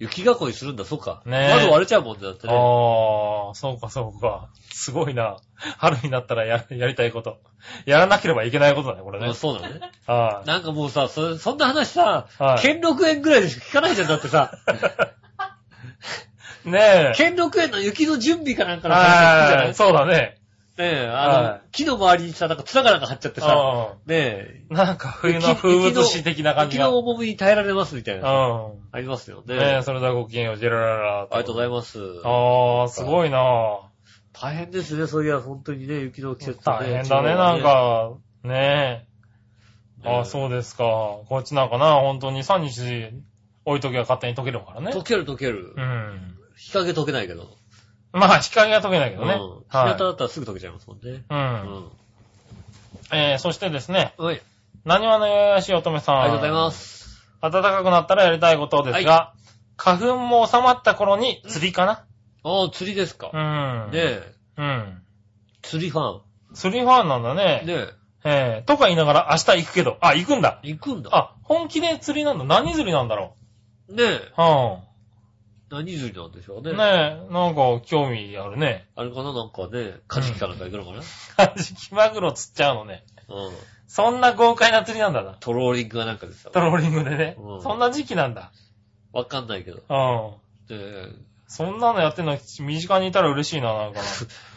雪囲いするんだ、そうか。
ねえ
窓割れちゃうもんだってね。
ああ、そうかそうか。すごいな。春になったらや、やりたいこと。やらなければいけないことだね、これ
まあ
ね。
そうなのね。
はい。
なんかもうさ、そそんな話さ
は、い
兼六園ぐらいでしか聞かないじゃん、だって
<laughs>
さ。
ねえ。
兼六園の雪の準備かなんかの話聞くじゃな
はいい。そうだね。
ねえ、あ
は
の、木の周りにさ、なんか綱がなんか張っちゃってさ、
う
ねえ、
ん。なんか冬の
雪
風物詩的な感じ
雪
が。
の
うん。
重みに耐えられますみたいな、
ね
ありますよね。
え、それではごきげんよう、ジェラララ。
ありがとうござい
ま
ます。
ああ、すごいな
大変ですね、そういや、本当にね、雪の季節
大変だね、なん。か。ねえ。あ
うん
あ、そうですか。こっちなんかな、本当に3日置いときゃ勝手に溶けるから
地
ね
方はね溶。ける溶ける
う。ん。
日陰溶けないけど。
まあ、日陰は溶けないけ
うん。
どね。
日向だ
は
っ
い。
たらすぐ溶けちゃいますもんね。
う。
うんん。
えー、そしてですね、
はい。
何話のよやしい乙女さん。。
ありがとうございますす。
暖かくなったらやりたいことですが、花粉も収まった頃に釣りかな。
ああ、釣りですか。
うん。
ねえ、
うん。
釣りファ
釣りファンなんだ
ン。
ね。
ねえ、
えー、とか言いながら明日行くけど、あ、行くんだ。
行くんだ。
あ、本気で釣りなんだ。何釣りなんだろ
ねえ、
う。うん。
何釣りなんでしょうね。
ねえ、なんか興味あるね。 <laughs>
あれかななんかね、カジキかなんか行くのかな、
カジキマグロ釣っちゃうのね。
うん、
そんな豪快な釣りなんだな。
トローリングがなんかでさ、
トローリングでね。
うん
そんな時期なんだ。
わかんないけど。
うん。
で、
そんなのやってんの身近にいたら嬉しいな、なんかな。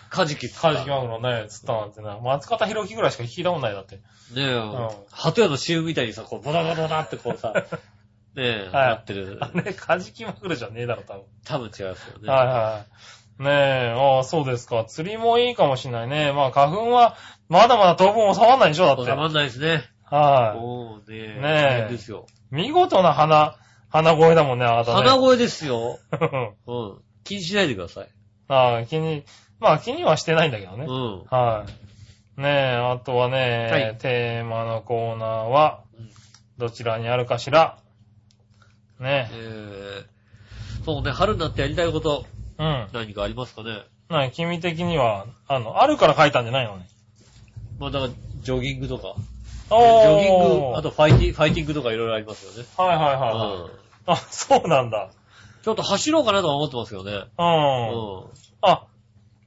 カジキさ
カジキマグロね、釣ったなんてな。松方弘樹ぐらいしか聞いたことないだって。
ねえ、
ん
鳩屋の CM みたいにさ、こう、ボダボダボダってこう
<laughs>
さ、ねえ、
はい
やってる。
<laughs> あれ、カジキマグロじゃねえだろ、多分。
多分違いますよね。
はいはい。ねえ、ああ、そうですか。釣りもいいかもしんないね。まあ、花粉は、まだまだ当分収まんないでしょ、だっ
収
て。
まんないですね。
はい。
おーねえ。
ねえ
大変ですよ。
見事な花、花声だもんね、あなたね。
鼻声ですよ。
声 <laughs>
うん。気にしないでください。
ああ、気に、まあ気にはしてないんだけどね。
うん。
はい。ねえ、あとはね、
はい
テーマのコーナーは
うん、
どちらにあるかしら。ね
えーそうね、春になってやりたいこと、
うん。
何かありますかね。
なに、君的には、あの、あるから書いたんじゃないのね。
まあ、だから、ジョギングとか。ジ
あー
ョギング、あとファイティ、ファイティングとかいろいろありますよね。
はいはいうはいはい。
ん。
あ、そうなんだ。
ちょっと走ろうかなとは思ってますよね。
う。
うんん。
あ、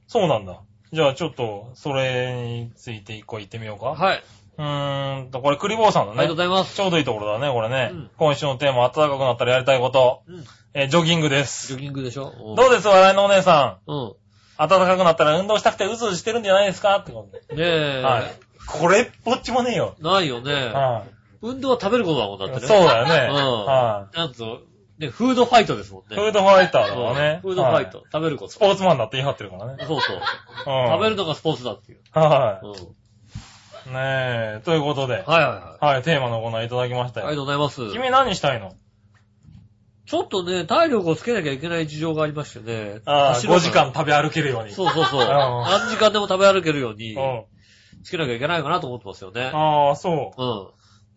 そうなんだ。じゃあちょっと、それについて一個言ってみようか。
はい。
うーんと、これ、クリボーさんだ
あり
ね。
がとうございます。
ちょうどいいところだね、これね。
うん
今週のテーマ、暖かくなったらやりたいこと。
うん。
えージョギングで
ジ
す。
ョギングでしょうん
どうです、笑いのお姉さん。
う
暖かくなったら運動したくてうずうずしてるんじゃないですかってこと
ん。ねえ。
で。はい。これっぽっちもねえよ。
ないよね。
は
運動は食べることだもんだっ
い。
てね。
そうだよ
う
ね。
ん。
は
なんと、ね、フードファイトですもん
い。
ね。
フードファイターだもんね。
うんフードファイ
は
ト
い。。
食べること。
ス
そ
ポーツマンだって言い張ってるからね。
うそう。食
食
べるのがスポーツだっていう。
は
うん。
い。ねえ、ということで。
はいは
はい、テーマのコーナーいただきまし
い
た
はい。ありがと
よ。
うございます。
君何したいの
ちょっとね、体力をつけなきゃいけない事情がありましてね。
ああ、
走ろ
5
うか
時
な
間食べ歩けるように。
そうそうそう。
ん
何時間でも食べ歩けるように
う、ん。
つけなきゃいけないかなと思ってますよね。
ああ、そう。
うん。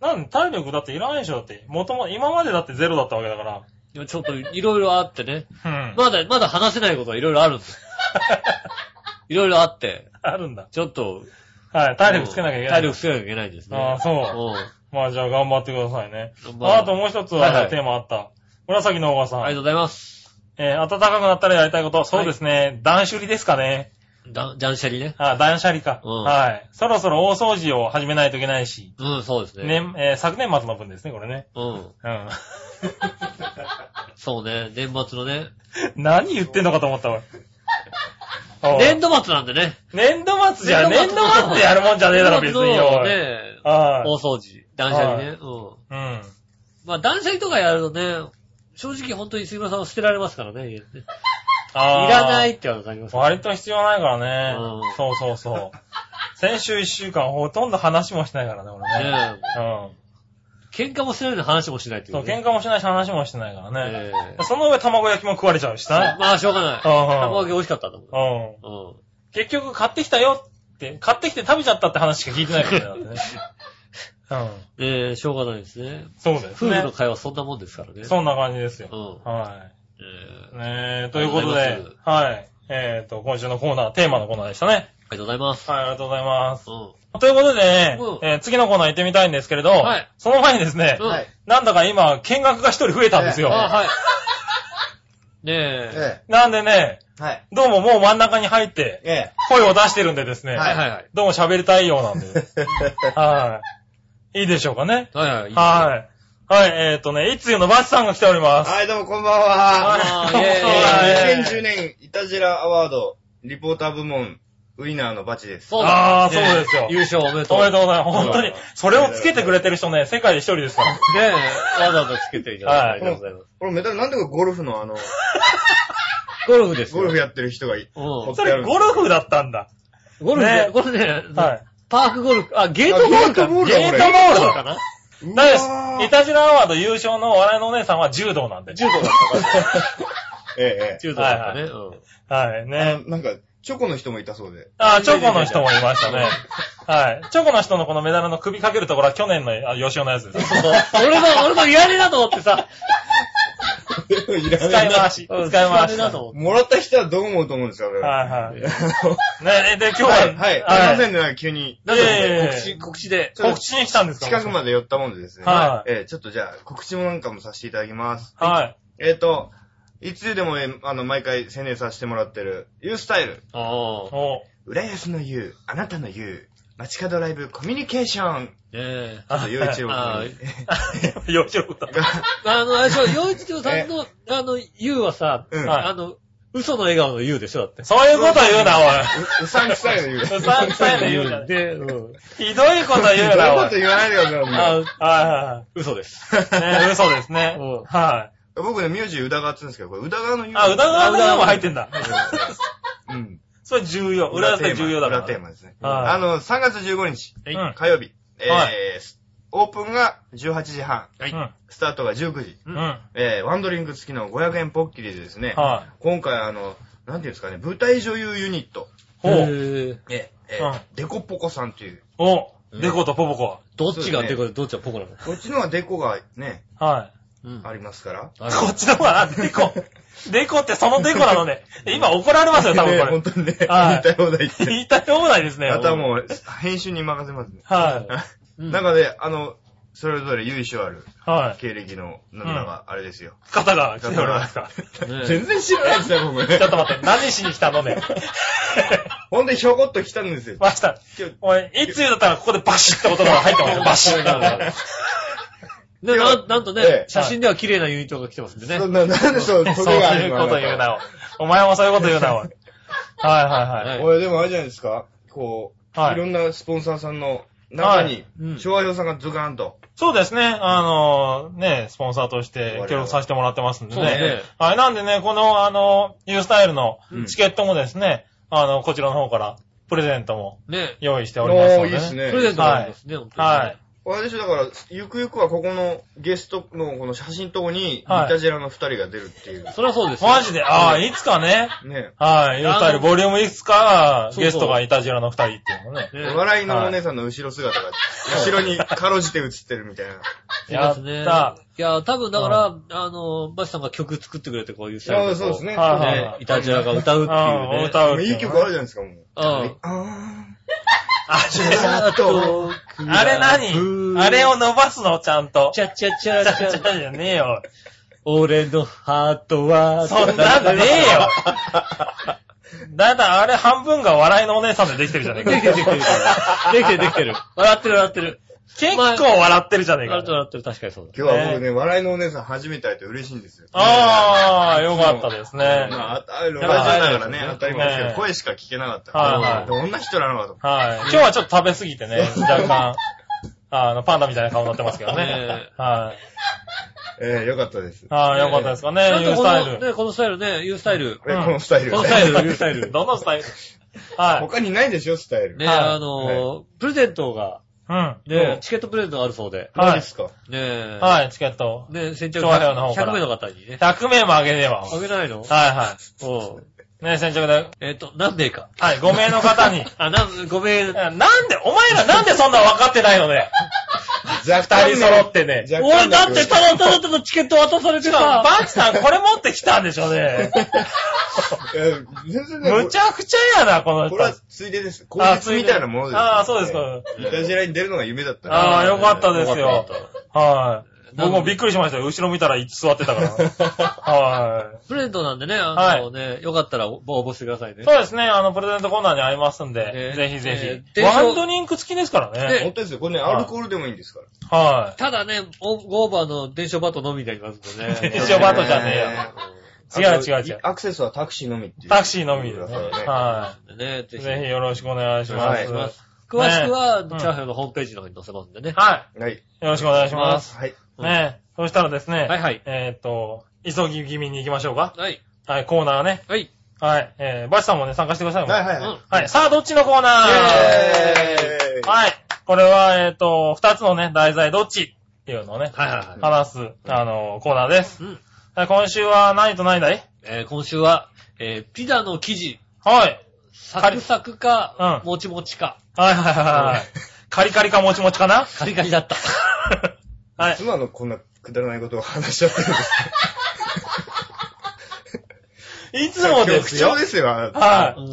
なんで体力だっていらないでしょだって。もともと、今までだってゼロだったわけだか
いやちょっといろいろあってね。
ら。うん。
まだ、まだ話せないことはいろいろあるん
<laughs>
です。いろいろあって、
あるんだ。
ちょっと。
はい。体力つけなきゃいけない。
体力つけなきゃいけないんですね。
ああ、そう。
う
まあじゃあ頑張ってくださいね。
ん。
あ、あともう一つ
はいは
はいテーマあった。紫のおばさん。
ありがとうございます。
えー暖かくなったらやりたいこと。そうですね。断捨離ですかね。
だ断捨離ね。
あ、断捨離か。
うん
はい。そろそろ大掃除を始めないといけないし。
うん、そうですね。
年、えー昨年末の分ですね、これね。
うん。
うん。 <laughs>
そうね。年末のね。
何言ってんのかと思ったわ。おい
年度末なんでね。
年度末じゃ、
年
年
度
度
末の
末でやるもんじゃねえだろ、別
年度
に
末の
よ。
ね、
はい。
大掃除。断捨離ね。うん。
うん。
まあ、断捨離とかやるとね、正直本当に杉村さんは捨てられますからね。家ねい
あー
らないっ。て話になりますから
割と必要ないからね。
うん
そうそうそう。先週一週間ほとんど話もしないからね、俺ね。
ね。喧嘩も捨てないで話もしないって
うん。
いう
そう、
ね、
喧嘩もしないし話もしてないからね。
ええ
その上卵焼きも食われちゃうしな。
まあ、しょうがない。
うんうん
卵焼き美味しかったと思う。
うん。
うん。
結局買ってきたよって、買ってきて食べちゃったって話しか聞いてないか
<laughs>
らね。だってね
ええしょうがないですね。
うん。そうだよね。
夫婦の会話そんなもんですからね。
そんな感じですよ。
う
は
ん。ええ
い。ねえ、ということ
ありがと
で
うござい、
はい。えっと、今週のコーナー、テーマのコーナーでしたね。
ありがとうございます。
はい、ありがとうございます。
うん。
ということでね、
うん
えー次のコーナー行ってみたいんですけれど、
はい
その前にですね、
うん
はい。
なんだか今、見学が一人増えたんですよ。
あはい。ねえ。
え
なんでね、
え。はい。
どうももう真ん中に入って、
ええ。
声を出してるんでですね、
はい
はいはい。
どうも喋りたいような
<laughs>
んで、はい。いいでしょうかね。
はいはい。
はい。はい、えっ、とね、いつゆのバスさんが来ております。
<laughs> はい、どうもこんばん
はい
は。
あ
<laughs>
こんばんは
イ
え
ェ
ー2010年イタジラアワード、リポーター部門、ウィナーのバチです。
そう
あ
だ。
あ、そうですよ。
優勝おめでとう。
おめでとう
ね
ございます。本当に、それをつけてくれてる人ね、世界で一人です
<laughs>
から。
え、わざわざつけていただいてありがとうございます。
このメダルなんでかゴルフ <laughs> のあの、
ゴルフですよ。
ゴルフやってる人がい、
うん。
ほっ
それ、ゴルフだったんだ。
ゴルフね
ね、
これね、
はい。
パークゴルフ、あ、ゲートボールか。
あゲートボール
ゲ
だ
ー
こ
ト
れ
ボールかな
う
だです
わ。
イタジラアワード優勝の笑いのお姉さんは柔道なんで。
柔道だったから。 <laughs> ええ、え
中途だったね。うん
はい、
え。あ
ね
の。なんか、チョコの人もいたそうで。
あ、チョコの人もいましたね。はい。チョコの人のこのメダルの首かけるところは去年のあ吉尾のやつです。
<laughs> 俺の、俺のやりだと思ってさ。
いら
使
ない
い回し。使
<laughs> う
い
ん
回
やり
し。
だ
は
と思って。
<laughs> もらった人はどう思うと思うんですか、
い
はい。
はい。
は
ね、で、今日は、
い、 <laughs> はい。すいませんね、なんか急に。
だっ
いやいや
て
いや
告知、告知で。
ちょっ
告
と
知に来たんですか
近くまで寄ったもんでですね。
はい
ええ、ちょっとじゃあ、告知もなんかもさせていただきます。
はい。
えっ、と、いつでも、えあの、毎回宣伝させてもらってる、ユースタイル、
ああ。
お
浦安のユー、あなたのユー、街角ライブコミュニケーション、
ええ。
あと、ユーチュ
<laughs>
あ
<laughs> ー
吉尾だ。
あの、あれでしょ、洋一郎さん <laughs> の、あの、言うはさ、
ブ。うん。
はい
あの、嘘の笑顔の言うでしょ、だって。
そういうこと言うな、お
ううさんくさいの
<laughs>
ユ
い。う
ー。
さんくさいの言うじゃん。
で、うん。
ひどいこと言う
そん
な、
な
お
こと
い。
言わないでください
あ
も
は
嘘です。
いはいはい。ね、 <laughs> 嘘ですね
うん。
は
う。僕ね、ミュージー宇田川って言うんですけど、これ宇田川のユ
い。
ー。
あ、宇田川のも入ってんだ。
うん。
それ重要。裏付け重要だから。
裏テーマですね。
はい
あの、3月15日、
はい
うん
火曜日、えー
はい
オープンが18時半、
はい。
スタートが19時、
うん。うん。
えーワンドリンク付きの500円ポッキリでですね、
は
今回あの、なんていうんですかね、舞台女優ユニット、
い。ほう。
へえ
えーえー
うん
デコポコさんという、
お
うん
デコとポポコ。
どっちがデコで、どっちがポコなの
こっちのはデコがね、
は
うん。
ありますから。
あ
こっちの方だな、デ <laughs> コ。デコってそのデコなのね。今怒られますよ、 <laughs> 多分
ね
こ
<laughs> 本
れ。
当にね、言い
<laughs> はい
たい放題言
<laughs>
って。
言いたい放題ですね。
あとはもう、編集に任せますね。
はい。
<laughs>
うん
中で、あの、それぞれ由緒ある
はい。
経歴の、なんだか、あれですよ。
方が来ております <laughs> か。
ね
全然知らないですよ、僕
<laughs>
ね
ちょっと待って、何しに来たのね。 <laughs>
ほんで、ひょこっと来たんですよ。
ました。
今日
おい、いつ言うだったらここでバシッって言葉が入ってます。バシッって。
<laughs> で、ななんと
え
ね
え、
写真では綺麗なユニットが来てますんでね
そ。んな、なんでそう、
そう
トゲがある
いう
の
こと言うな、おい。お前もそういうこと言うな、おい。はいはいは。
はいい
俺、でもあれじゃないですか。こう、
はい
いろんなスポンサーさんの中
は
に
い
うん、
昭和洋さんがズカーンと。
そうですね、あのね、スポンサーとして協力させてもらってますんで
そうだ
ね。
ね。
はい、なんでね、この、あの、ユースタイルの
うん
チケットもですね、あの、こちらの方からプレゼントも
ね。
用意して
お
おりますの
ー、
で、
いいっす。ね
プ。レゼントがありますね、本当にね
はい。。
あれでしょ、だから、ゆくゆくはここのゲストのこの写真とこに、イ
はい
タジェラの二人が出るっていう。
そりゃそうですよ。
マジで、ああ、いつかね、
ね
はい、ユースタイルボリュームいくつ
そ
か、
うそう
ゲストがいたじらの二人っていうのね。
ね
お笑いのお姉さんの後ろ姿が、後ろにかろうじて映ってるみたいな。
いますね。
や
い
った
や、多分だから、あの、バシさんが曲作ってくれて、こういうスタイル
あそうですね。
はい
ね
ね、イタジラが歌うっていう
うん
ね。
歌うって
い
いう
い
ね
曲あるじゃないですか、も
う
う。
ん。
あ
あ
ー、ジェラート。
あれ何あれを伸ばすのちゃんと。
チャチャチ
ちゃ
ャ
ち
チ
ゃちゃ
ャ。
じゃねえよ。
俺のハートは、
そんなんねえよ。だいたいあれ半分が笑いのお姉さんでできてるじゃねえ
できて
か。
るできてる。できてるできてる。笑ってる笑ってる。
結構笑ってるじゃねえ
笑ってる
か。
笑ってる。確かにそうだ。
今日は僕ね、笑いのお姉さん初めて会えて嬉しいんですよ。
ああ、よかったです <laughs> ね。
まあ、ああの、
だから
ラジオだからね、当たり前ですけ
ね
ど、声しか聞けなかった
は
か
い
ら。どんな人なのかと。
はい。今日はちょっと食べ過ぎてね、若干、あの、パンダみたいな顔になってますけどね
ね。
はい。
ええ、よかったです。
ああ、よかったですかね
な、ん
ユー
か
ス
こ
タイ
の、
ル。
ね、このスタイルね、ユースタイル。
えこのスタイル。
このスタイル、ユースタイル。
<laughs> どの
<laughs>
スタイルは
<laughs> 他にないでしょ、スタイル。
ね、
はい
あの、プレゼントが、
い。うん。
ね、チケットプレゼントがあるそうで。
何ですか
ねい。
はい、チケット。
ね、先着
昭和平和の方から
100名の方にね。
100名もあげねえわ。
あげないの
はいは
うん。
い。ね、先着で。
えっと、何名か。
はい、5名の方に。
あ、なん、ごめん。
なんで、お前らなんでそんな分かってないのね。
若
二人揃ってね。
若
おい、
干
だっ
だけ
てただただただチケット渡されて
しかも
さ。
バチさんこれ持ってきたんでしょうね。
いや全然ね、
むちゃくちゃやな、この
これは
人。
ついでです。口実みたいなものです。
あそうですか。
イタジラに出るのが夢だった
ああよかったですよ
よかったよかった
はい。僕もびっくりしましたよ。後ろ見たら椅子座ってたから。は
プレゼントなんでね、あのね、よかったら応募してください
い。
ね。
そうですね。あの、プレゼントコーナーにありますんで、
ね
ぜひぜひ。
ね
ワンドリンク付きですからね。
ね
本当ですよ。これね、アルコールでもいいんですから。
は
ただね、おゴーバーの電車バトのみになりますんでね。
<laughs> 電車バトじゃねえよい。違う違う違う。
アクセスはタクシーのみっていう。
タクシーのみでね。
は
は
え。ね、ぜひ。
い。ぜひよろしくお願いしま
は
す。
い。
お願いし詳しくは、
ね
チャーハンのホームページの方に載せますんでね。
はい
はい。
い。よろしくお願いします。
はい。
うん
ねえ。そしたらですね。
はいはい。
えーっと、急ぎ気味に行きましょうか。
はい。
はい、コーナーね。
はい。
はい。えー、バチさんもね、参加してくださいもん。
はいは
う
いはい
ん。
はいさあ、どっちのコーナー
イェーイ
はい。これは、えーっと、二つのね、題材、どっちっていうのをね、
はいはいは
話す、あの、コーナーです。
い。うん。
はい、今週は何と何だい
えー今週は、えーピザの生地、
はい。
サクサクか
う、ん
もちもちか。
はいはいはいはい。カリカリかもちもちかな <laughs>
カリカリだった。
はい。
妻のこんなくだらないことを話しちゃってるんです
い <laughs> つもですよ
今日口調。ですよ、あなた
は
うん。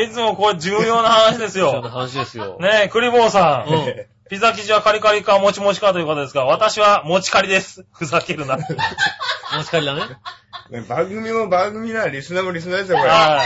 い。いつもこれ重要な話で
そ
す
ん <laughs> な
よ。
話ですよ。
ねえ、クリボーさん。
うん
ね
ピザ生地はカリカリかもちもちかということですが、私はもちカリです。 <laughs> ふざけるな。
もしかりだね。
<laughs> ね番組も番組な、リスナーもリスナーですよ、これ。
は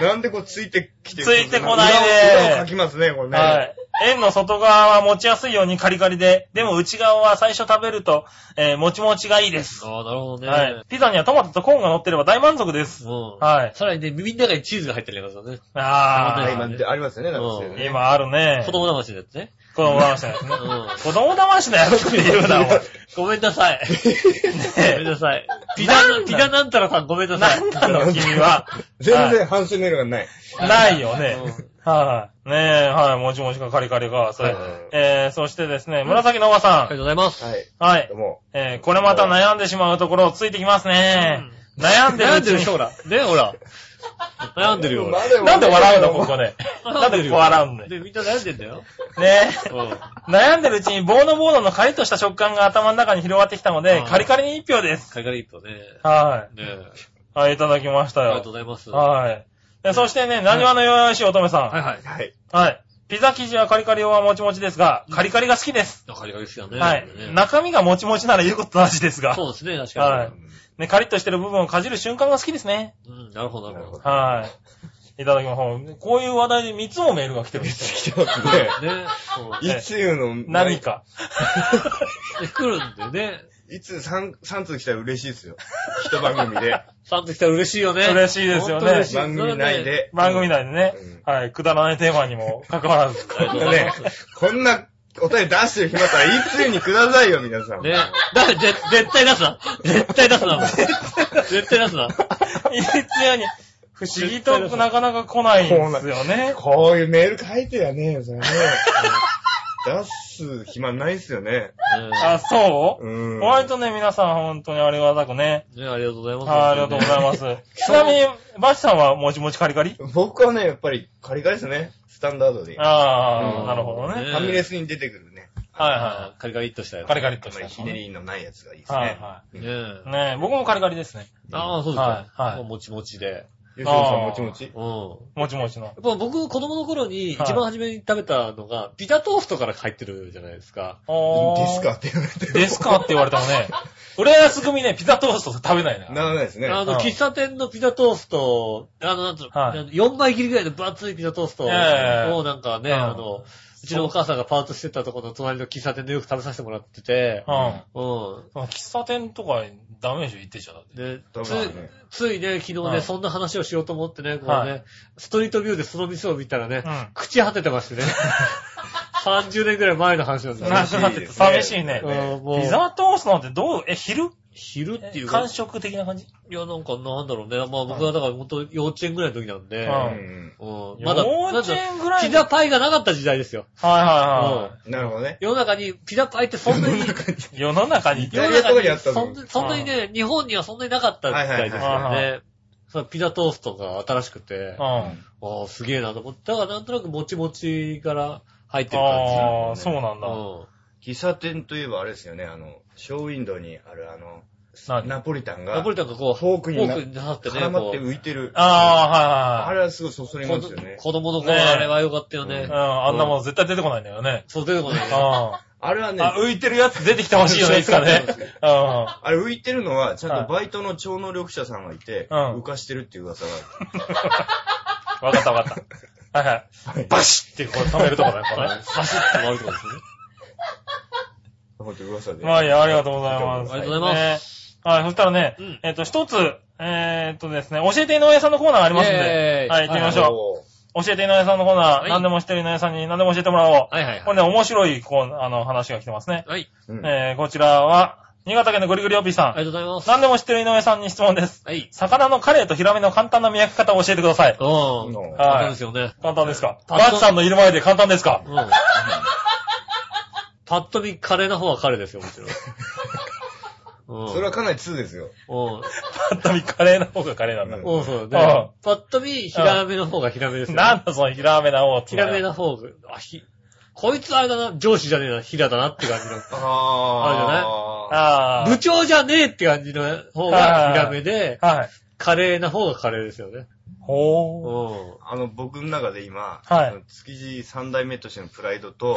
なんでこうついてきて
ついてこないね
裏を裏を書きますね、これ
い。
ね。
はい。円の外側は持ちやすいようにカリカリで、でも内側は最初食べると、えー、もちもちがいいです。
ああ、なるほどね。
はい。ピザにはトマトとコーンが乗ってれば大満足です。
うん。
はい。
さらにね、耳の中にチーズが入ってるやつだね。
あ
あ
今、でありますよね、なんかそういうの
ー。
ね。
今あるね
子。供騙しのやつね。
子供騙しのやつね
う。ん。
<laughs> 子供騙しのやつって言うな、お前。
ごめんなさい。ごめんなさ <laughs> い。ピザ
なんな、
ピザなんたらさんごめんなさい。
なんなの、君は。
全然反省メールがない。
ないよね
うん。
はい。ねえ、はい。もちもちかカリカリか。それ
はいはいはい。
えー、そしてですね、紫のおば
あ
さ
りが
ん。
とうございます。
はい。
はい
どう。も。
えー、これまた悩んでしまうところをついてきますね。悩んでる
悩
うんち
でる
に
人、ほら。ね、ほら。悩んでるよ、ほら。
なんで笑
<laughs>
うの、ここで。な
悩
ん
んでる
でここ
よ
笑うんだよ。
で、みんな悩んでんだよ。
ね
うん。
悩んでるうちに、ボーノボーノのカリッとした食感が頭の中に広がってきたので、
あー
カリカリに一票です。
カリカリ一歩ね。
は
ねえ。
い。はい、いただきました
あり
よ
が。とうございます。は
はい。でそしてね、なにわの弱々しい乙女さん。
いはい。
はい。
はい。ピザ生地はカリカリ用はもちもちですが、カリカリが好きです。
カリカリ好きだね。
はい
ね。
中身がもちもちなら言うことなしですが、
そうですね、確
は
か
いね、カリッとしてる部分をかじる瞬間が好きですね。
に。うん、なるほど、なるほど。
はい。いただきます。こういう話題で3つもメールが来てるんですよ。
<laughs>
来てますね。
ね、そう。
いつ言うの
何。か。
で来るんだよね。
いつ3、三通来たら嬉しいですよ。一番組で。
サンと来たら嬉しいよね。
嬉しい <laughs> です
本
よね
当嬉しい
番組内。で。
番組内でね、はい、くだらないテーマにも関わら
<laughs>
ず。
それで
ね、こんなお便り出してる暇あったら、いつにくださいよ、皆さん。
ね。だから、ぜ絶対出すな。絶対出すな、もう絶対出すな。
いつやに、不思議となかなか来ないんです
<laughs>
よね。
こういうメール書いてやねえよ、それね。出す暇ないっすよね。
あ、
ね
そう
うん。
割とね、皆さん本当にありがたくね。
ねありがとうございます。
はい、ありがとうございます。
<laughs>
ちなみに、バチさんはもちもちカリカリ
僕はね、やっぱり、カリカリですね。スタンダードで。フ
あ
う
あ、
ん
なるほどね。
ァミレスに出てくるね。
は
カリカリっとした
いは
よ。
い。カリカリっとしたやつ
ひ
ね。
ねりのないやつがいいですね。
はいは
ね
うん
い。ねえ、僕もカリカリですね。
ああ、そうです
は
か。
いはい
もうもちもちで。
吉野さん、もちもち。
うん。
もちもちの。
やっぱ僕、子供の頃に一番初めに食べたのが、ピザトーストから入ってるじゃないですか。
おー
デスカって言われてる。
ですかって言われたも
<laughs>
ね。浦安組ね、ピザトースト食べないな。
ならないですね。
あ
うん
の、喫茶店のピザトースト、あの、なんつうの、
はい
4枚切りぐらいの分厚いピザトーストを、
ええ
なんかね、
うん
あの、うちのお母さんがパートしてたところの隣の喫茶店でよく食べさせてもらってて
う、ん。
うん。
喫茶店とかダメージ行ってちゃだって。
で
ダメ
つ
だね
ついね、昨日
は
ね、
い
そんな話をしようと思ってね、こう
は
ね、ストリートビューでその店を見たらね、
うん
朽ち果ててま
<laughs>
してね。30年ぐらい前の話なんですよ
寂しいですね
寂しいね。
うんもう
ピザトーストなんてどう、え、昼
昼っていうか
感、触的な感じ
いや、なんかなんだろうね。まあ僕はだから本当幼稚園ぐらいの時なんで、
うん
うん
うんまだ、
幼
ま
稚
だ、
園ぐらい
ピ
の
ザパイがなかった時代ですよ。
はいはいは
う
い
ん。
なるほどね。
世の中にピザパイってそん
<laughs>
なに、
世の中に
イタリアとかにあった
そ
の
んなそんなにね、日本にはそんなになかった時代です
はい
よ
はいはい
ね。そのピザトーストが新しくて、あ
う
あ、すげえなと思って、だからなんとなくもちもちから入って
ん。
る感
ああ、そうな
じ。う
んだ。
ん
喫茶店といえばあれですよね、あの、ショーウィンドウにあるあの、
何
ナポリタンが、
ナポリタンがこう、
フォークにな
フォ刺さってね、
絡まって
こう
浮いてる。
ああ、
あ
はいはいはい。
れはすごいそそりますよね。
子供の頃あれは良かったよね
うん、。あんなもの絶対出てこないんだよね。
そう出てこな
う
い
ん。
ね。
あ、
あれはね、
浮いてるやつ出てきてほしいよね、いつかね。うん。あ
あれ浮いてるのは、ちゃん
はい
とバイトの超能力者さんがいて、
うん
浮かしてるっていう噂がある。
わかったわかった。はいはい。バシッってこう止めるとこだよ、
<laughs>
これ。
走って終わるとかですね。
ほんと噂で。
まあいいや、ありがとうございます。
ありがとうござい
ます。はい、そしたらね
うん、
えっと、一つ、えーっとですね、教えて井上さんのコーナーあ
あ
りますんで、はい行ってみましょう教えて井上さんのコーナ
は
ー、
い
何でも知ってる井上さんに何でも教えてもらおう。
はいはいは
こ
い。
れね、面白い、こう、あの、話が来てますね。
はい。
うん
えー、こちらは、新潟県のぐりぐりおぴーさ
あ
ん。
りがとうございます。
何でも知ってる井上さんに質問です。
はい。
魚のカレイとヒラメの簡単な見分け方を教えてください。
うん。
うん
簡単ですよね。
簡単ですか
パ
バ
ッと
ッチさんのいる前で簡単ですか
うん。パッと見、カレーな方はカレーですよ、もちろん。うん。
それはかなり2ですよ。
う
パッと見カレイの方がカレイなんだ。
ん。うん、そう
う
だね
ん。
パッと見、ヒラメの方がヒラメですよ。
なんだそのヒラメな方って。
ヒラメ。な方が、あ、ひ、こいつあれだな、上司じゃねえな、ヒラだなって感じの。
ああ。
あ
部長じゃねえって感じの方がヒラメで、
あ。はい。
カレーな方がカレーですよね。う
ほ
ん。
ー。
あの、僕の中で今、
はい
あの築地三代目としてのプライ
<laughs>
ドと、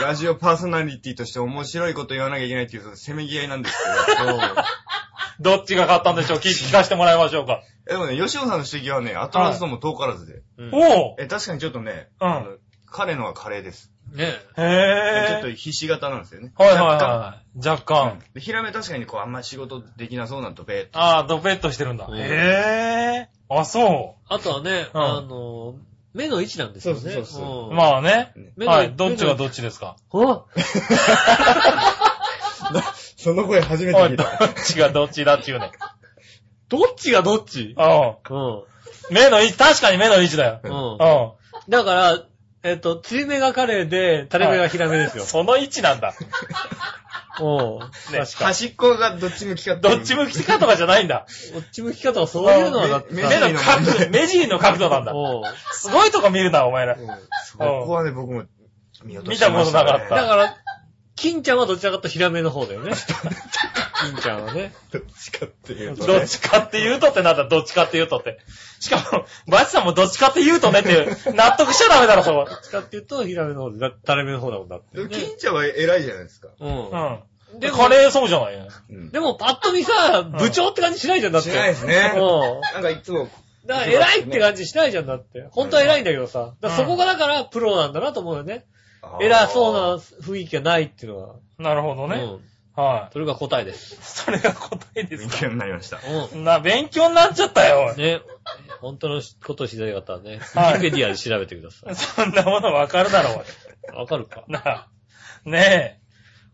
ラジオパーソナリティとして面白いこと言わなきゃいけないっていう、そのせめぎ合いなんですけど。
どっちが勝ったんでしょう聞聞かせてもらいましょうか。<laughs>
えでもね、吉野さんの指摘はね、アトラスとも遠からずで。
うん。ね
おー。
え、確かにちょっとね、
うん
あの彼のはカレーです。
え。
ちょ
へ
っ
ぇ
とひし形なんですよね。
ー。はいはいはい。若
若
干
干。。でヒラメ確かにこう、あんまり仕事できなそうなんとべーっと。
ああ、ドペッとしてるんだ。
うん
へぇー。あ、そ
あとはね、
<laughs> うん。
あの、目の位置なんですよね。
そうそうそうそう
ん
まあね。
目の
はい。どっちがどっちですか
お
その声初め
おい、どっちがどっちだっていうね。
どっちがどっち
うん。
うん。
目の位置、確かに目の位置だよ。
うん。
う
だから、えっと、釣り目がカレーで、タレ目がヒラメですよ
ん。。その位置なんだ。
おう
ね
確かに。
端っこがどっち向きかっていう
どっち向きかとかじゃないんだ。
こっち向き方はそういうのはだって
目
目の角度、目尻の角度なんだ。
おう
すごいとこ見るな、お前ら。
そこはね、僕も見落と
見
したて
こ
ま
と
した、
な
ね。
かっ
だ
た。
から、金ちゃんはどちらかというとヒラメの方だよね。金ちゃんはね。
どっちかっていうと、
どっ
ね。
ちかって言うとってなんだ、どっちかって言うとって。しかも、バチさんもどっちかって言うとねっていう、納得しちゃダメだろ、そこ。
どっちかっていうとヒラメの方で、だタレメの方だもんだって。
でも金ちゃんは偉いじゃないですか。
う
うん。で、カレーそうじゃないよ。
うん
ん。でもパッと見さ、部長って感じしないじゃん、だって。
しないですね
うん。
なんかいつも、
だから偉いって感じしないじゃんだって。本当は偉いんだけどさ。だからそこがだからプロなんだなと思うよね。
あー
偉そうな。雰囲気がないっていうのは。
なるほどね。
うん。
はい。
それが答えです。
それが答えです
勉
か。
強になりました。
う
な、勉強になっちゃったよ。
ん。ね。本当のことを知りたい方はね、ウ
はい
ィキペディアで調べてくださ
そんなものわかるだろ、
い。わかるか
おい。なあ。ね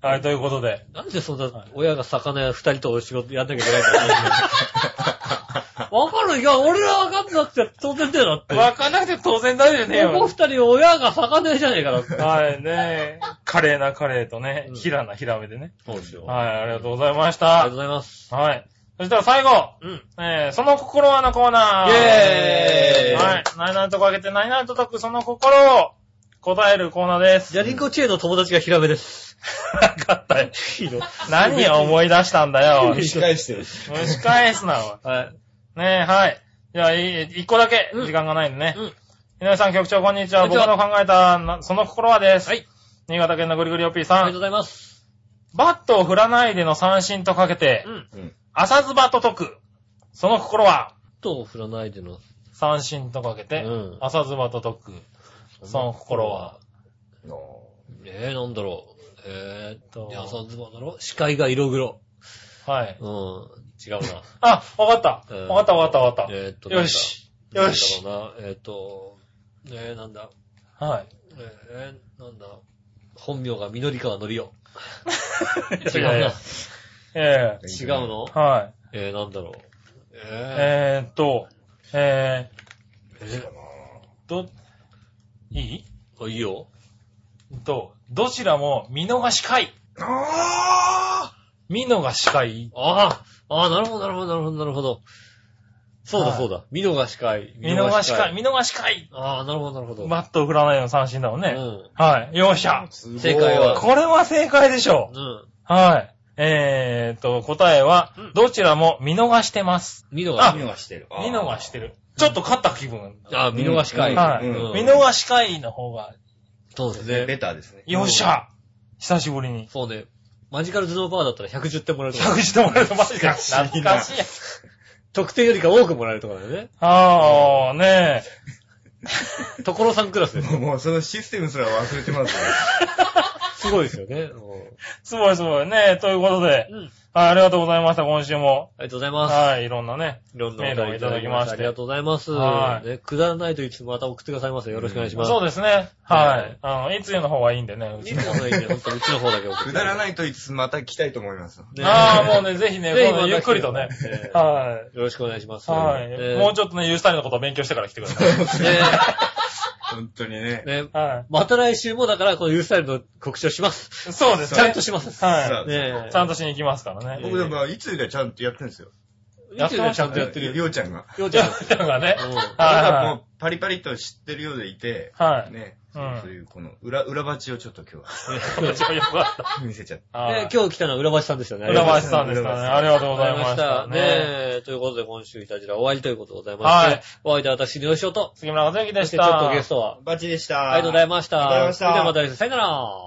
え。はい、ということで。
なんでそんな親が魚屋二人とお仕事やんなきゃいけないんだろうわかるいや、俺はわかんなくて当然だよだって。
わかんなくて当然だよねえ
ここ
よ。
二人親が魚屋じゃねえからって。
はい、ねえ。カレーなカレーとね
う、ん
ひらなひらめでね。
そうですよ。あ
はい、ありがとうございまし
りがとう
た
ご。ざいます。
はい。そしたら最後、
うん。
えー、その心はのコーナー。
イ
ェーイ
はい。何々とかけて何々と解くその心を答えるコーナーです。
ジャリンコチェの友達がヒラメです。
なかったよ。何を思い出したんだよ。
仕返してる。
蒸し返すな、おい。
はい。
ねえ、はい。じゃあ、い一個だけ、
うん
時間がないんでね。
うん
井上さん、局長、こんにちは。
こんに
僕
ちは
の考えたな、その心はです。
はい。
新潟県のぐりぐりおっぴ
あ
ー
り
さ
がとうんご。ざいます。
バットを振らないでの三振とかけて
う、ん。
うん。
浅ズバと解く。その心は、
とを振らないでの。
三振とかけて
うん、
浅ズバと解く。その心は。。
ええ、なんだろう。ええ
と
と。いや、朝ズボンだろ視界が色黒。
はい。
うん。違うな。
あ、わかった。
うん
わかったわかったわかった。
えーっと、
よし。
なんだ。
よし
なんだろうな。えーっと、えー、なんだ。
はい。
えー、なんだ。本名が緑川のりお。
い
<laughs> 違う
やいや
な。
え
違うの
え。はい。
えー、なんだろう。え
えーっと、え
ー、え
ー、ど、いい
ー、あいいよ。
と、どちらも見逃し会。
あ
見逃し会。
ああ、ああ、なるほど、なるほど、なるほど、なるほど。そう
は
だ、
い
そうだ。見逃し会。
見逃し会、見逃し会。
ああ、なるほど、なるほど。
バットを振らないの三振だもん
う
ね。
ん。
はい。よっしゃ
ー。。すごい
正解は
これは正解でしょ
う
う。
ん。
はい。えーっと、答えは
うん、
どちらも見逃してます。
見逃
あ
し。
見逃してる。
見逃してる。ちょっと勝った気分。
ああ、見逃し会。
うん
はい。
うん
見逃し会の方が、
そうです
で、
ね
ベ。ターですね。
よっしゃ。久しぶり
<laughs>
に。
そうね。マジカル頭脳パワーだったら110点もらえるとか
100。してもらえるとマジで
懐かしい
懐
な
かしいや。
得点よりか多くもらえるとかだよね。
ああ、ね
所さんクラスです
もう。もうそのシステムすら忘れてますね。
<laughs>
<laughs>
すごいですよね。うん
え。すごいすごい。ねえ、ということで。
うん。
はいありがとうございました、今週も。
ありがとうございます。
はい、いろんなね。
いろんな
メ
お
ール
題
を
い
いた
た
だ
だ
き
き
ま
ま
し
してて。ありがとうございます。
はい
ねくだらないといつもまた送ってくださいませ。よろしくお願いします。
そうですね。は
ね
い。あの、いつゆの方がいいんでね、うち
いつもの意味で、ほんとうちの方だけ送って。
くだら
い。
ないといつまた来たいと思います。
ね
ああ、もうね、ぜひね、
ぜひ
今度ゆっくりと
ま
ね
た来てくださ。い
は
よろしくお願いしま
い。
す。
はい。もうちょっとね、ユースタイルのことを勉強してから来てください。
ょっと。ね
本当にね。
ね
は
また来週もだから、このユースタイルの告知をします。
い。そうです
ちゃん
ね
と。します。
は
さ
ね
い。ちゃんとしに行きますから <laughs> ね。
僕でも、いつよりはちゃんとやってるんですよ。
いつよりはちゃんとやってるよ。
りょうちゃんが。
よう
じ
ち
ゃ
ゃん。
あ、だからね。
うん
だ
はい
からもう、パリパリと知ってるようでいて、
<laughs> はい。
ね、
うん
そういうこの裏、裏鉢をちょっと今日
よかっ
は <laughs> 見せちゃって。
た。
ね
はい
今日来たのは浦橋さんでしたね。
裏回しさんでしたね。
裏回しさん
ありがとうございまし
わ
た。
かりましたねえ、ということで今週いたじら終わりということでございま
は
す。
い
はい。お相手は私、井上翔と、
杉村和之
そ
で
し
してた。
ちょっとゲストは、
バチでした。
ありがとうございました。
ありがとうございまし
そ
た
れではまた来週、さよなら。